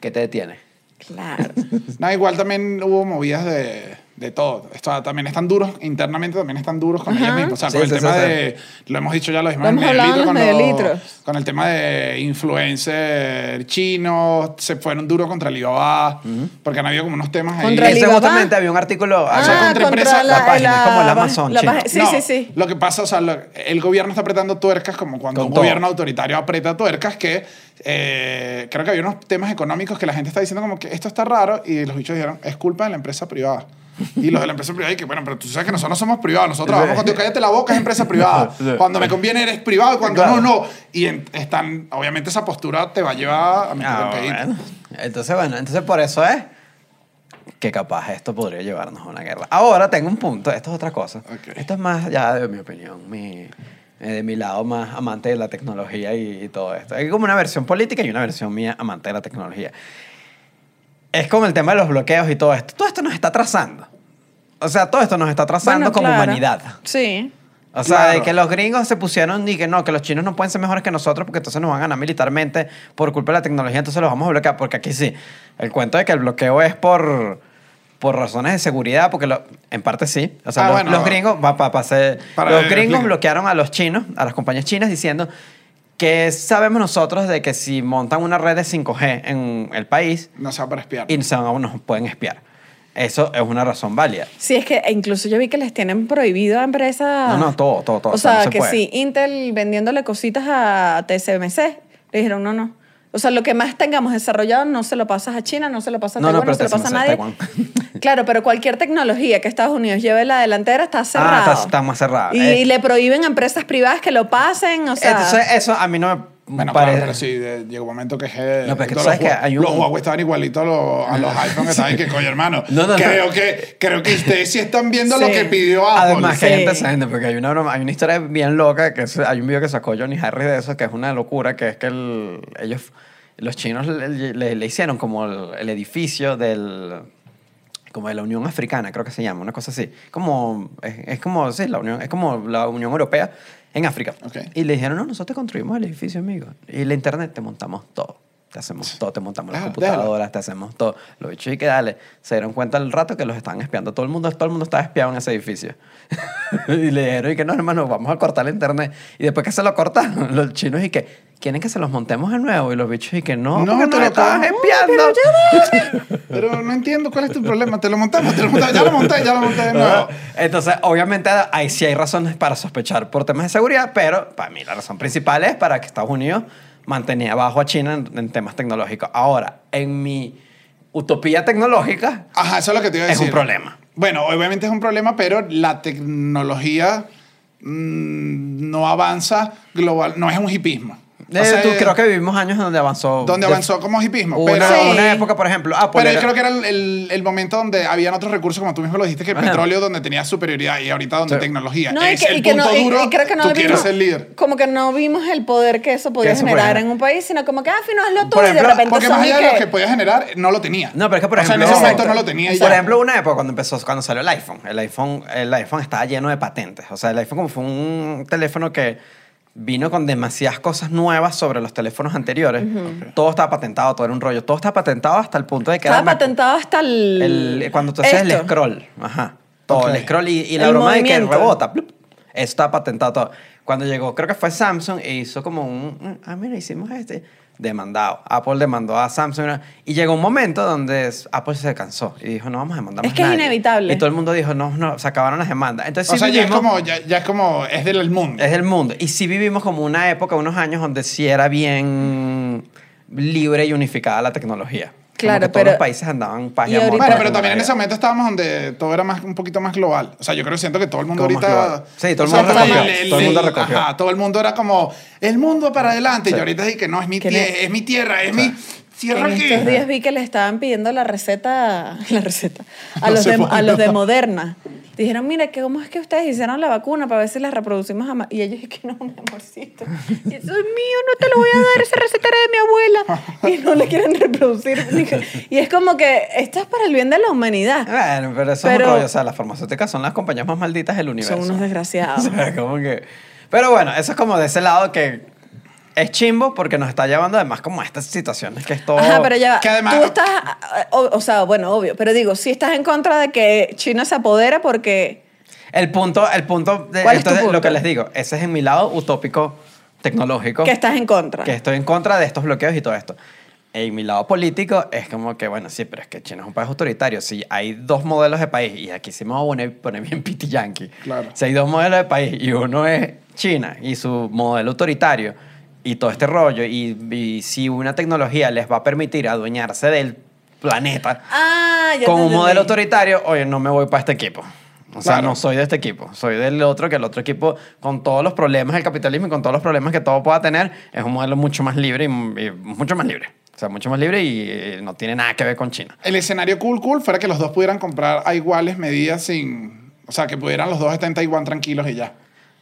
¿qué te detiene? Claro. No, igual también hubo movidas de, de todo. Esto, también están duros, internamente también están duros con ellos mismos. O sea, Sí, con sí, el tema sí, sí. de. Lo hemos dicho ya, lo Lo mismo hemos hablado en los con, mediolitros. con el tema de influencer chinos, se fueron duros contra Alibaba, porque han habido como unos temas ahí. Contra Y ese Alibaba. justamente había un artículo. o sea, Ah, contra contra empresa- la, la página, es como el Amazon la chino. página- Sí, No, sí, sí. Lo que pasa, o sea, lo- el gobierno está apretando tuercas como cuando Con un todo. gobierno autoritario aprieta tuercas que eh, creo que había unos temas económicos que la gente está diciendo como que esto está raro y los bichos dijeron, es culpa de la empresa privada. Y los de la empresa privada, y que bueno, pero tú sabes que nosotros no somos privados, nosotros trabajamos contigo, cállate la boca, es empresa privada. Sí. Cuando me conviene eres privado y cuando Claro. no, no. Y en- están, obviamente esa postura te va a llevar a meterte Ah, en pedito. bueno. Entonces, bueno, entonces por eso es que capaz esto podría llevarnos a una guerra. Ahora tengo un punto, esto es otra cosa. Ok. Esto es más ya de mi opinión, mi, eh, de mi lado más amante de la tecnología y, y todo esto. Hay como una versión política y una versión mía amante de la tecnología. Es como el tema de los bloqueos y todo esto. Todo esto nos está atrasando. O sea, todo esto nos está atrasando Bueno, como claro. humanidad. Sí. O sea, Claro. de que los gringos se pusieron y que no, que los chinos no pueden ser mejores que nosotros porque entonces nos van a ganar militarmente por culpa de la tecnología, entonces los vamos a bloquear. Porque aquí sí, el cuento de que el bloqueo es por, por razones de seguridad, porque lo- en parte sí. O sea, Ah, los, bueno. los gringos, va, pa- pa- se- Para- los gringos explica. bloquearon a los chinos, a las compañías chinas, diciendo ¿Qué sabemos nosotros de que si montan una red de 5G en el país No se va para espiar. y se van a- nos pueden espiar? Eso es una razón válida. Sí, es que incluso yo vi que les tienen prohibido a empresas. No, no, todo, todo, todo. O O sea, sea, no se que puede. sí, Intel vendiéndole cositas a TSMC. Le dijeron, no, no. O sea, lo que más tengamos desarrollado no se lo pasas a China, no se lo pasas a No, no, Taiwán, no, pero se lo pasa a TSMC, nadie. Taiwán. Claro, pero cualquier tecnología que Estados Unidos lleve la delantera está cerrada. Ah, está, está más cerrado. Y, Eh, le prohíben a empresas privadas que lo pasen, o sea... Entonces, eso a mí no me Bueno, parece. claro, pero sí, de- llegó un momento que, No, pero es que tú todos sabes los, que Hua- hay un- los Huawei estaban igualitos a los, a los iPhone que estaban que coño, hermano. No, no, no. creo, Que, creo que ustedes sí están viendo lo Sí. que pidió Apple. Además que hay Sí. antecedentes, porque hay una, broma- hay una historia bien loca, que es- hay un video que sacó Johnny Harris de eso, que es una locura, que es que el- ellos, los chinos le, le- le hicieron como el, el edificio del, como de la Unión Africana, creo que se llama, una cosa así. Como, es, es como, sí, la Unión, es como la Unión Europea en África. Ok. Y le dijeron, no, nosotros construimos el edificio, amigo, y la internet te montamos todo. Te hacemos todo, te montamos las Ah, déjalo. computadoras, te hacemos todo. Los bichos y que dale. Se dieron cuenta al rato que los estaban espiando. Todo el mundo, todo el mundo estaba espiado en ese edificio. y le dijeron y que no, hermano, vamos a cortar el internet. Y después que se lo cortaron, los chinos y que quieren que se los montemos de nuevo. Y los bichos y que no, No, porque no, tú lo estabas no, espiando. Pero no entiendo cuál es tu problema. Te lo montamos, te lo montamos. Ya lo monté, ya lo monté de nuevo. Entonces, obviamente, ahí sí hay razones para sospechar por temas de seguridad, pero para mí la razón principal es para que Estados Unidos mantenía abajo a China en, en temas tecnológicos. Ahora, en mi utopía tecnológica, Ajá, eso es lo que te iba a Es decir. un problema. Bueno, obviamente es un problema, pero la tecnología mm, no avanza global. No es un hipismo. O eh, sea, tú creo que vivimos años donde avanzó. Donde de- avanzó como hipismo. Una, pero, Sí. una época, por ejemplo, Apple. Pero yo era- creo que era el, el- el momento donde habían otros recursos, como tú mismo lo dijiste, que el Ajá. petróleo donde tenía superioridad y ahorita donde Sí. tecnología. eh, No, y es que- el y que punto no- y- duro. y creo que no tú vimos- quieres ser líder. Como que no vimos el poder que eso podía Que eso generar podía- en un país, sino como que, ah, fino, hazlo tú Por y de ejemplo, repente Porque más son y allá de lo que- que podía generar, no lo tenía. No, pero es que por O sea, ejemplo. en ese momento no lo tenía. y Por ya. ejemplo, una época cuando empezó, cuando salió el iPhone, el iPhone, el iPhone estaba lleno de patentes. O sea, el iPhone como fue un teléfono que vino con demasiadas cosas nuevas sobre los teléfonos anteriores. Todo estaba patentado, todo era un rollo. Todo estaba patentado hasta el punto de que Estaba era- patentado hasta el... el- cuando tú hacías el esto. scroll. Ajá. Todo Ok. el scroll y, y la El broma de que movimiento. rebota. plup. Eso está patentado todo. Cuando llegó, creo que fue Samsung e hizo como un. Ah, mira, hicimos este. Demandado. Apple demandó a Samsung. ¿no? Y llegó un momento donde s- Apple se cansó y dijo, no vamos a demandar Es más que es nadie". inevitable. Y todo el mundo dijo, no, no, se acabaron las demandas. Entonces, o sí sea, ya es, vivimos- como, ya, ya es como. Es del mundo. es del mundo. Y sí vivimos como una época, unos años, donde sí era bien libre y unificada la tecnología. Como Claro, que todos pero- los países andaban en paz y, y amor ahorita- con Bueno, la pero también en ese tecnología. momento estábamos donde todo era más, un poquito más global. O sea, yo creo que siento que todo el mundo Todo más ahorita. global. Sí, todo el o sea, mundo como recogió, todo el mundo recogió. Ajá, todo el mundo era como, el mundo para adelante. Sí. Y ahorita dije que no, es mi, Que tie- no- es mi tierra, es mi tierra En aquí. estos días vi que le estaban pidiendo la receta, la receta a, No los se de, ponga. a los de Moderna. Dijeron, mira, que ¿cómo es que ustedes hicieron la vacuna para ver si la reproducimos? a ma-". Y ellos, que no, mi amorcito. Y eso es mío, no te lo voy a dar, esa receta era de mi abuela. Y no la quieren reproducir. Y es como que esto es para el bien de la humanidad. Bueno, pero eso es Pero- un rollo. O sea, las farmacéuticas son las compañías más malditas del universo. Son unos O desgraciados. sea, como que... Pero bueno, eso es como de ese lado que es chimbo porque nos está llevando además como a estas situaciones que es todo... Ajá, pero ya va. que además- Tú estás, o, o sea, bueno, obvio, pero digo, si estás en contra de que China se apodera porque... El punto, el punto de ¿Cuál es tu entonces, punto? lo que les digo, ese es en mi lado utópico tecnológico. Que estás en contra. que estoy en contra de estos bloqueos y todo esto. En mi lado político es como que, bueno, sí, pero es que China es un país autoritario. Si hay dos modelos de país, y aquí sí me voy a poner, poner bien piti yankee. Claro. Si hay dos modelos de país y uno es China y su modelo autoritario y todo este rollo, y, y si una tecnología les va a permitir adueñarse del planeta Ah, ya con te un modelo entendí. autoritario, oye, no me voy para este equipo. O sea, Claro. no soy de este equipo, soy del otro, que el otro equipo, con todos los problemas del capitalismo y con todos los problemas que todo pueda tener, es un modelo mucho más libre y, y mucho más libre. O sea, mucho más libre y eh, no tiene nada que ver con China. El escenario cool, cool fuera que los dos pudieran comprar a iguales medidas sin. O sea, que pudieran los dos estar en Taiwán tranquilos y ya.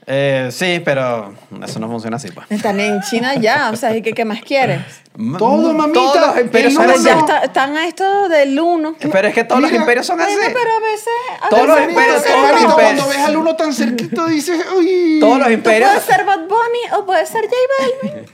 Eh, sí, pero eso no funciona así, pues. Están en China ya, o sea, ¿y qué, qué más quieres? M- Todo, mamita, Todos los imperios el son Pero mundo así. ya está- están a esto del uno. Pero es que todos los Mira, imperios son así. Bueno, pero a veces... a Todos los veces no imperios, sé, todos los Hermanito, no. imperios. cuando ves al uno tan cerquito dices, uy. Todos los Tú puedes imperios. ser Bad Bunny o puedes ser J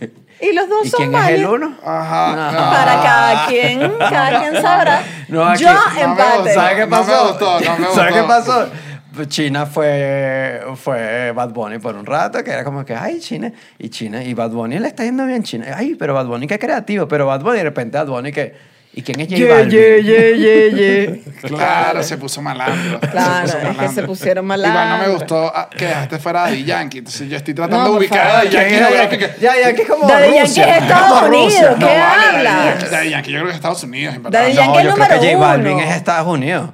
Balvin. Y los dos ¿Y son quién es el válidos. uno? Ajá. No. Para cada quien, cada quien sabrá. Ah. No, aquí- Yo no me empate. gusta. ¿Sabes No qué me pasó? gustó, no me ¿Sabes gustó. qué pasó? Pues China fue, fue Bad Bunny por un rato, que era como que, ay, China, y China, y Bad Bunny le está yendo bien China. Ay, pero Bad Bunny qué creativo, pero Bad Bunny, de repente Bad Bunny que, ¿y quién es J Yeah, Balvin? yeah, Claro. Claro, se puso malandro. Claro, se puso es que malandro. se pusieron Igual no me malandro. gustó ah, que dejaste fuera a Daddy Yankee. Entonces yo estoy tratando No, de por ubicar a favor, Daddy ¿quién Yankee. es Daddy geográfica. Yankee? Daddy Yankee es como Daddy Yankee Rusia. es Estados como Rusia. Unidos, No, ¿qué vale, Daddy hablas? Yankee- Daddy Yankee, yo creo que es Estados Unidos. en verdad. Daddy No, Yankee es yo creo que número J Balvin uno. es Estados Unidos.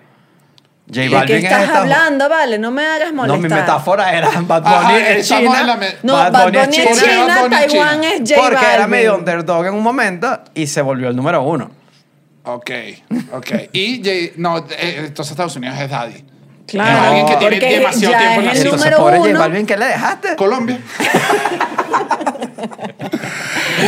J ¿De Balvin qué es estás Estados- hablando, vale? No me hagas No, molestar. mi metáfora era Bad Ajá, Bunny es estamos en la China. me- No, Bad Bunny es China. China, Bad Bunny es Taiwán China. es J Balvin. Porque era medio underdog en un momento y se volvió el número uno. Ok, ok. Y Jay- no, eh, entonces Estados Unidos es Daddy. Claro, Es alguien que tiene porque demasiado ya tiempo en es la el cita. Entonces, número pobre J uno. Balvin, ¿qué le dejaste? Colombia.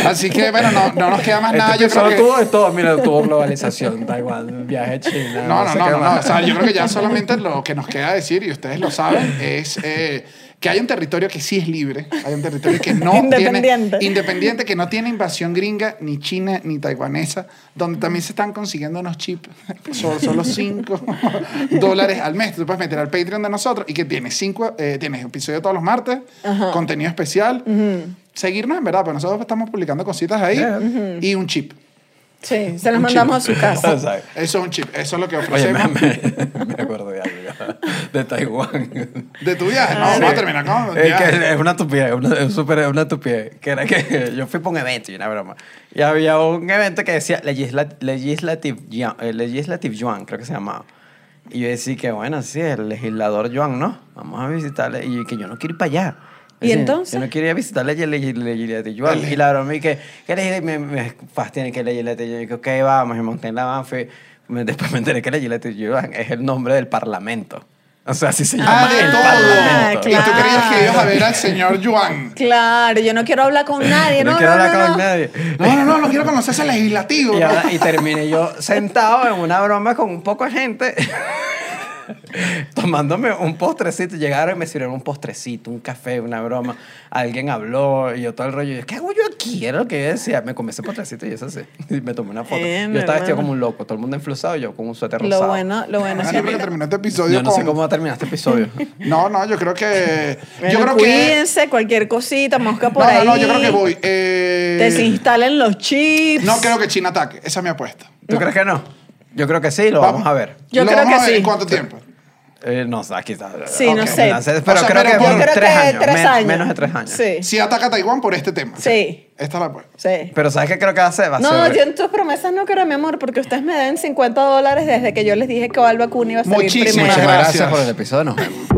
Así que, bueno, no, no nos queda más nada. Yo Este creo episodio que... tuvo de todo, mira, tuvo globalización, Taiwán, viaje a China. No, no, Ah, sé no, qué no, no. más. O sea, yo creo que ya solamente lo que nos queda decir, y ustedes lo saben, es eh, que hay un territorio que sí es libre, hay un territorio que no Independiente. tiene... Independiente. que no tiene invasión gringa, ni china, ni taiwanesa, donde también se están consiguiendo unos chips por solo 5 dólares al mes. Tú puedes meter al Patreon de nosotros y que tienes, cinco, eh, tienes episodio todos los martes, contenido especial. Seguirnos, en verdad, pues nosotros estamos publicando cositas ahí Yeah. y un chip. Sí, se los mandamos a su casa. Exacto. Eso es un chip, eso es lo que Oye, ofrecemos. me, me- me acuerdo de algo de Taiwán. De tu viaje, no, Sí. vamos a terminar con. Es, ya. que es una estupidez, una- es súper es una estupidez. Que era que yo fui para un evento y una broma. Y había un evento que decía Legisla- Legislative, Yuan- eh, Legislative Yuan, creo que se llamaba. Y yo decía que bueno, sí, el legislador Yuan, ¿no? Vamos a visitarle. Y yo, que yo no quiero ir para allá. ¿Y Decía, entonces? Yo no quería visitarle el Legis- Legislative Yuan. Y la broma, y que, que le- me, me fastidia que Legislative Yuan. Y que, ok, vamos, y monté en la van. fui. Me- Después me enteré que Legislative Yuan es el nombre del parlamento. O sea, así se llama. Ah, de el todo. parlamento. Y tú claro. creías que ibas a ver al señor Yuan. Claro, yo no quiero hablar con nadie. no, No, quiero no, hablar no, con no. nadie. No, no, no, no quiero conocer ese legislativo. Y, ahora- y terminé yo sentado en una broma con un poco de gente, tomándome un postrecito. Llegaron y me sirvieron un postrecito, un café, una broma. Alguien habló y yo todo el rollo. y yo, ¿Qué hago yo aquí? Era lo que yo decía. Me comí ese postrecito y eso sí. Y me tomé una foto. Eh, yo mi estaba vestido hermano. como un loco, todo el mundo enflusado y yo con un suéter rosado. Lo bueno, lo bueno. Ah, es yo que creo que mira. terminó este episodio Yo no sé con- cómo va a terminar este episodio. No, no, yo creo que. yo Bueno, creo que. cuídense, cualquier cosita, mosca por no, ahí. no, no, yo creo que voy. Eh, Desinstalen los chips. No creo que China ataque. Esa es mi apuesta. ¿Tú crees que no? Yo creo que sí, lo vamos a ver. Yo Lo creo vamos que a ver sí. ¿En cuánto tiempo? Eh, no sé, quizás. Sí, no Ok. sé. No sé, O pero sea, creo pero yo que por creo tres, que años, tres men- años. Menos de tres años. Sí. Si ataca a Taiwán por este tema. Sí. Esta es la apuesta. Sí. Pero ¿sabes qué creo que va a ser? Va a No, ser- yo en tus promesas no creo, mi amor, porque ustedes me dan 50 dólares desde que yo les dije que Val Vacuna iba a salir Muchísimas primero. Muchas gracias Gracias. por el episodio. Nos vemos.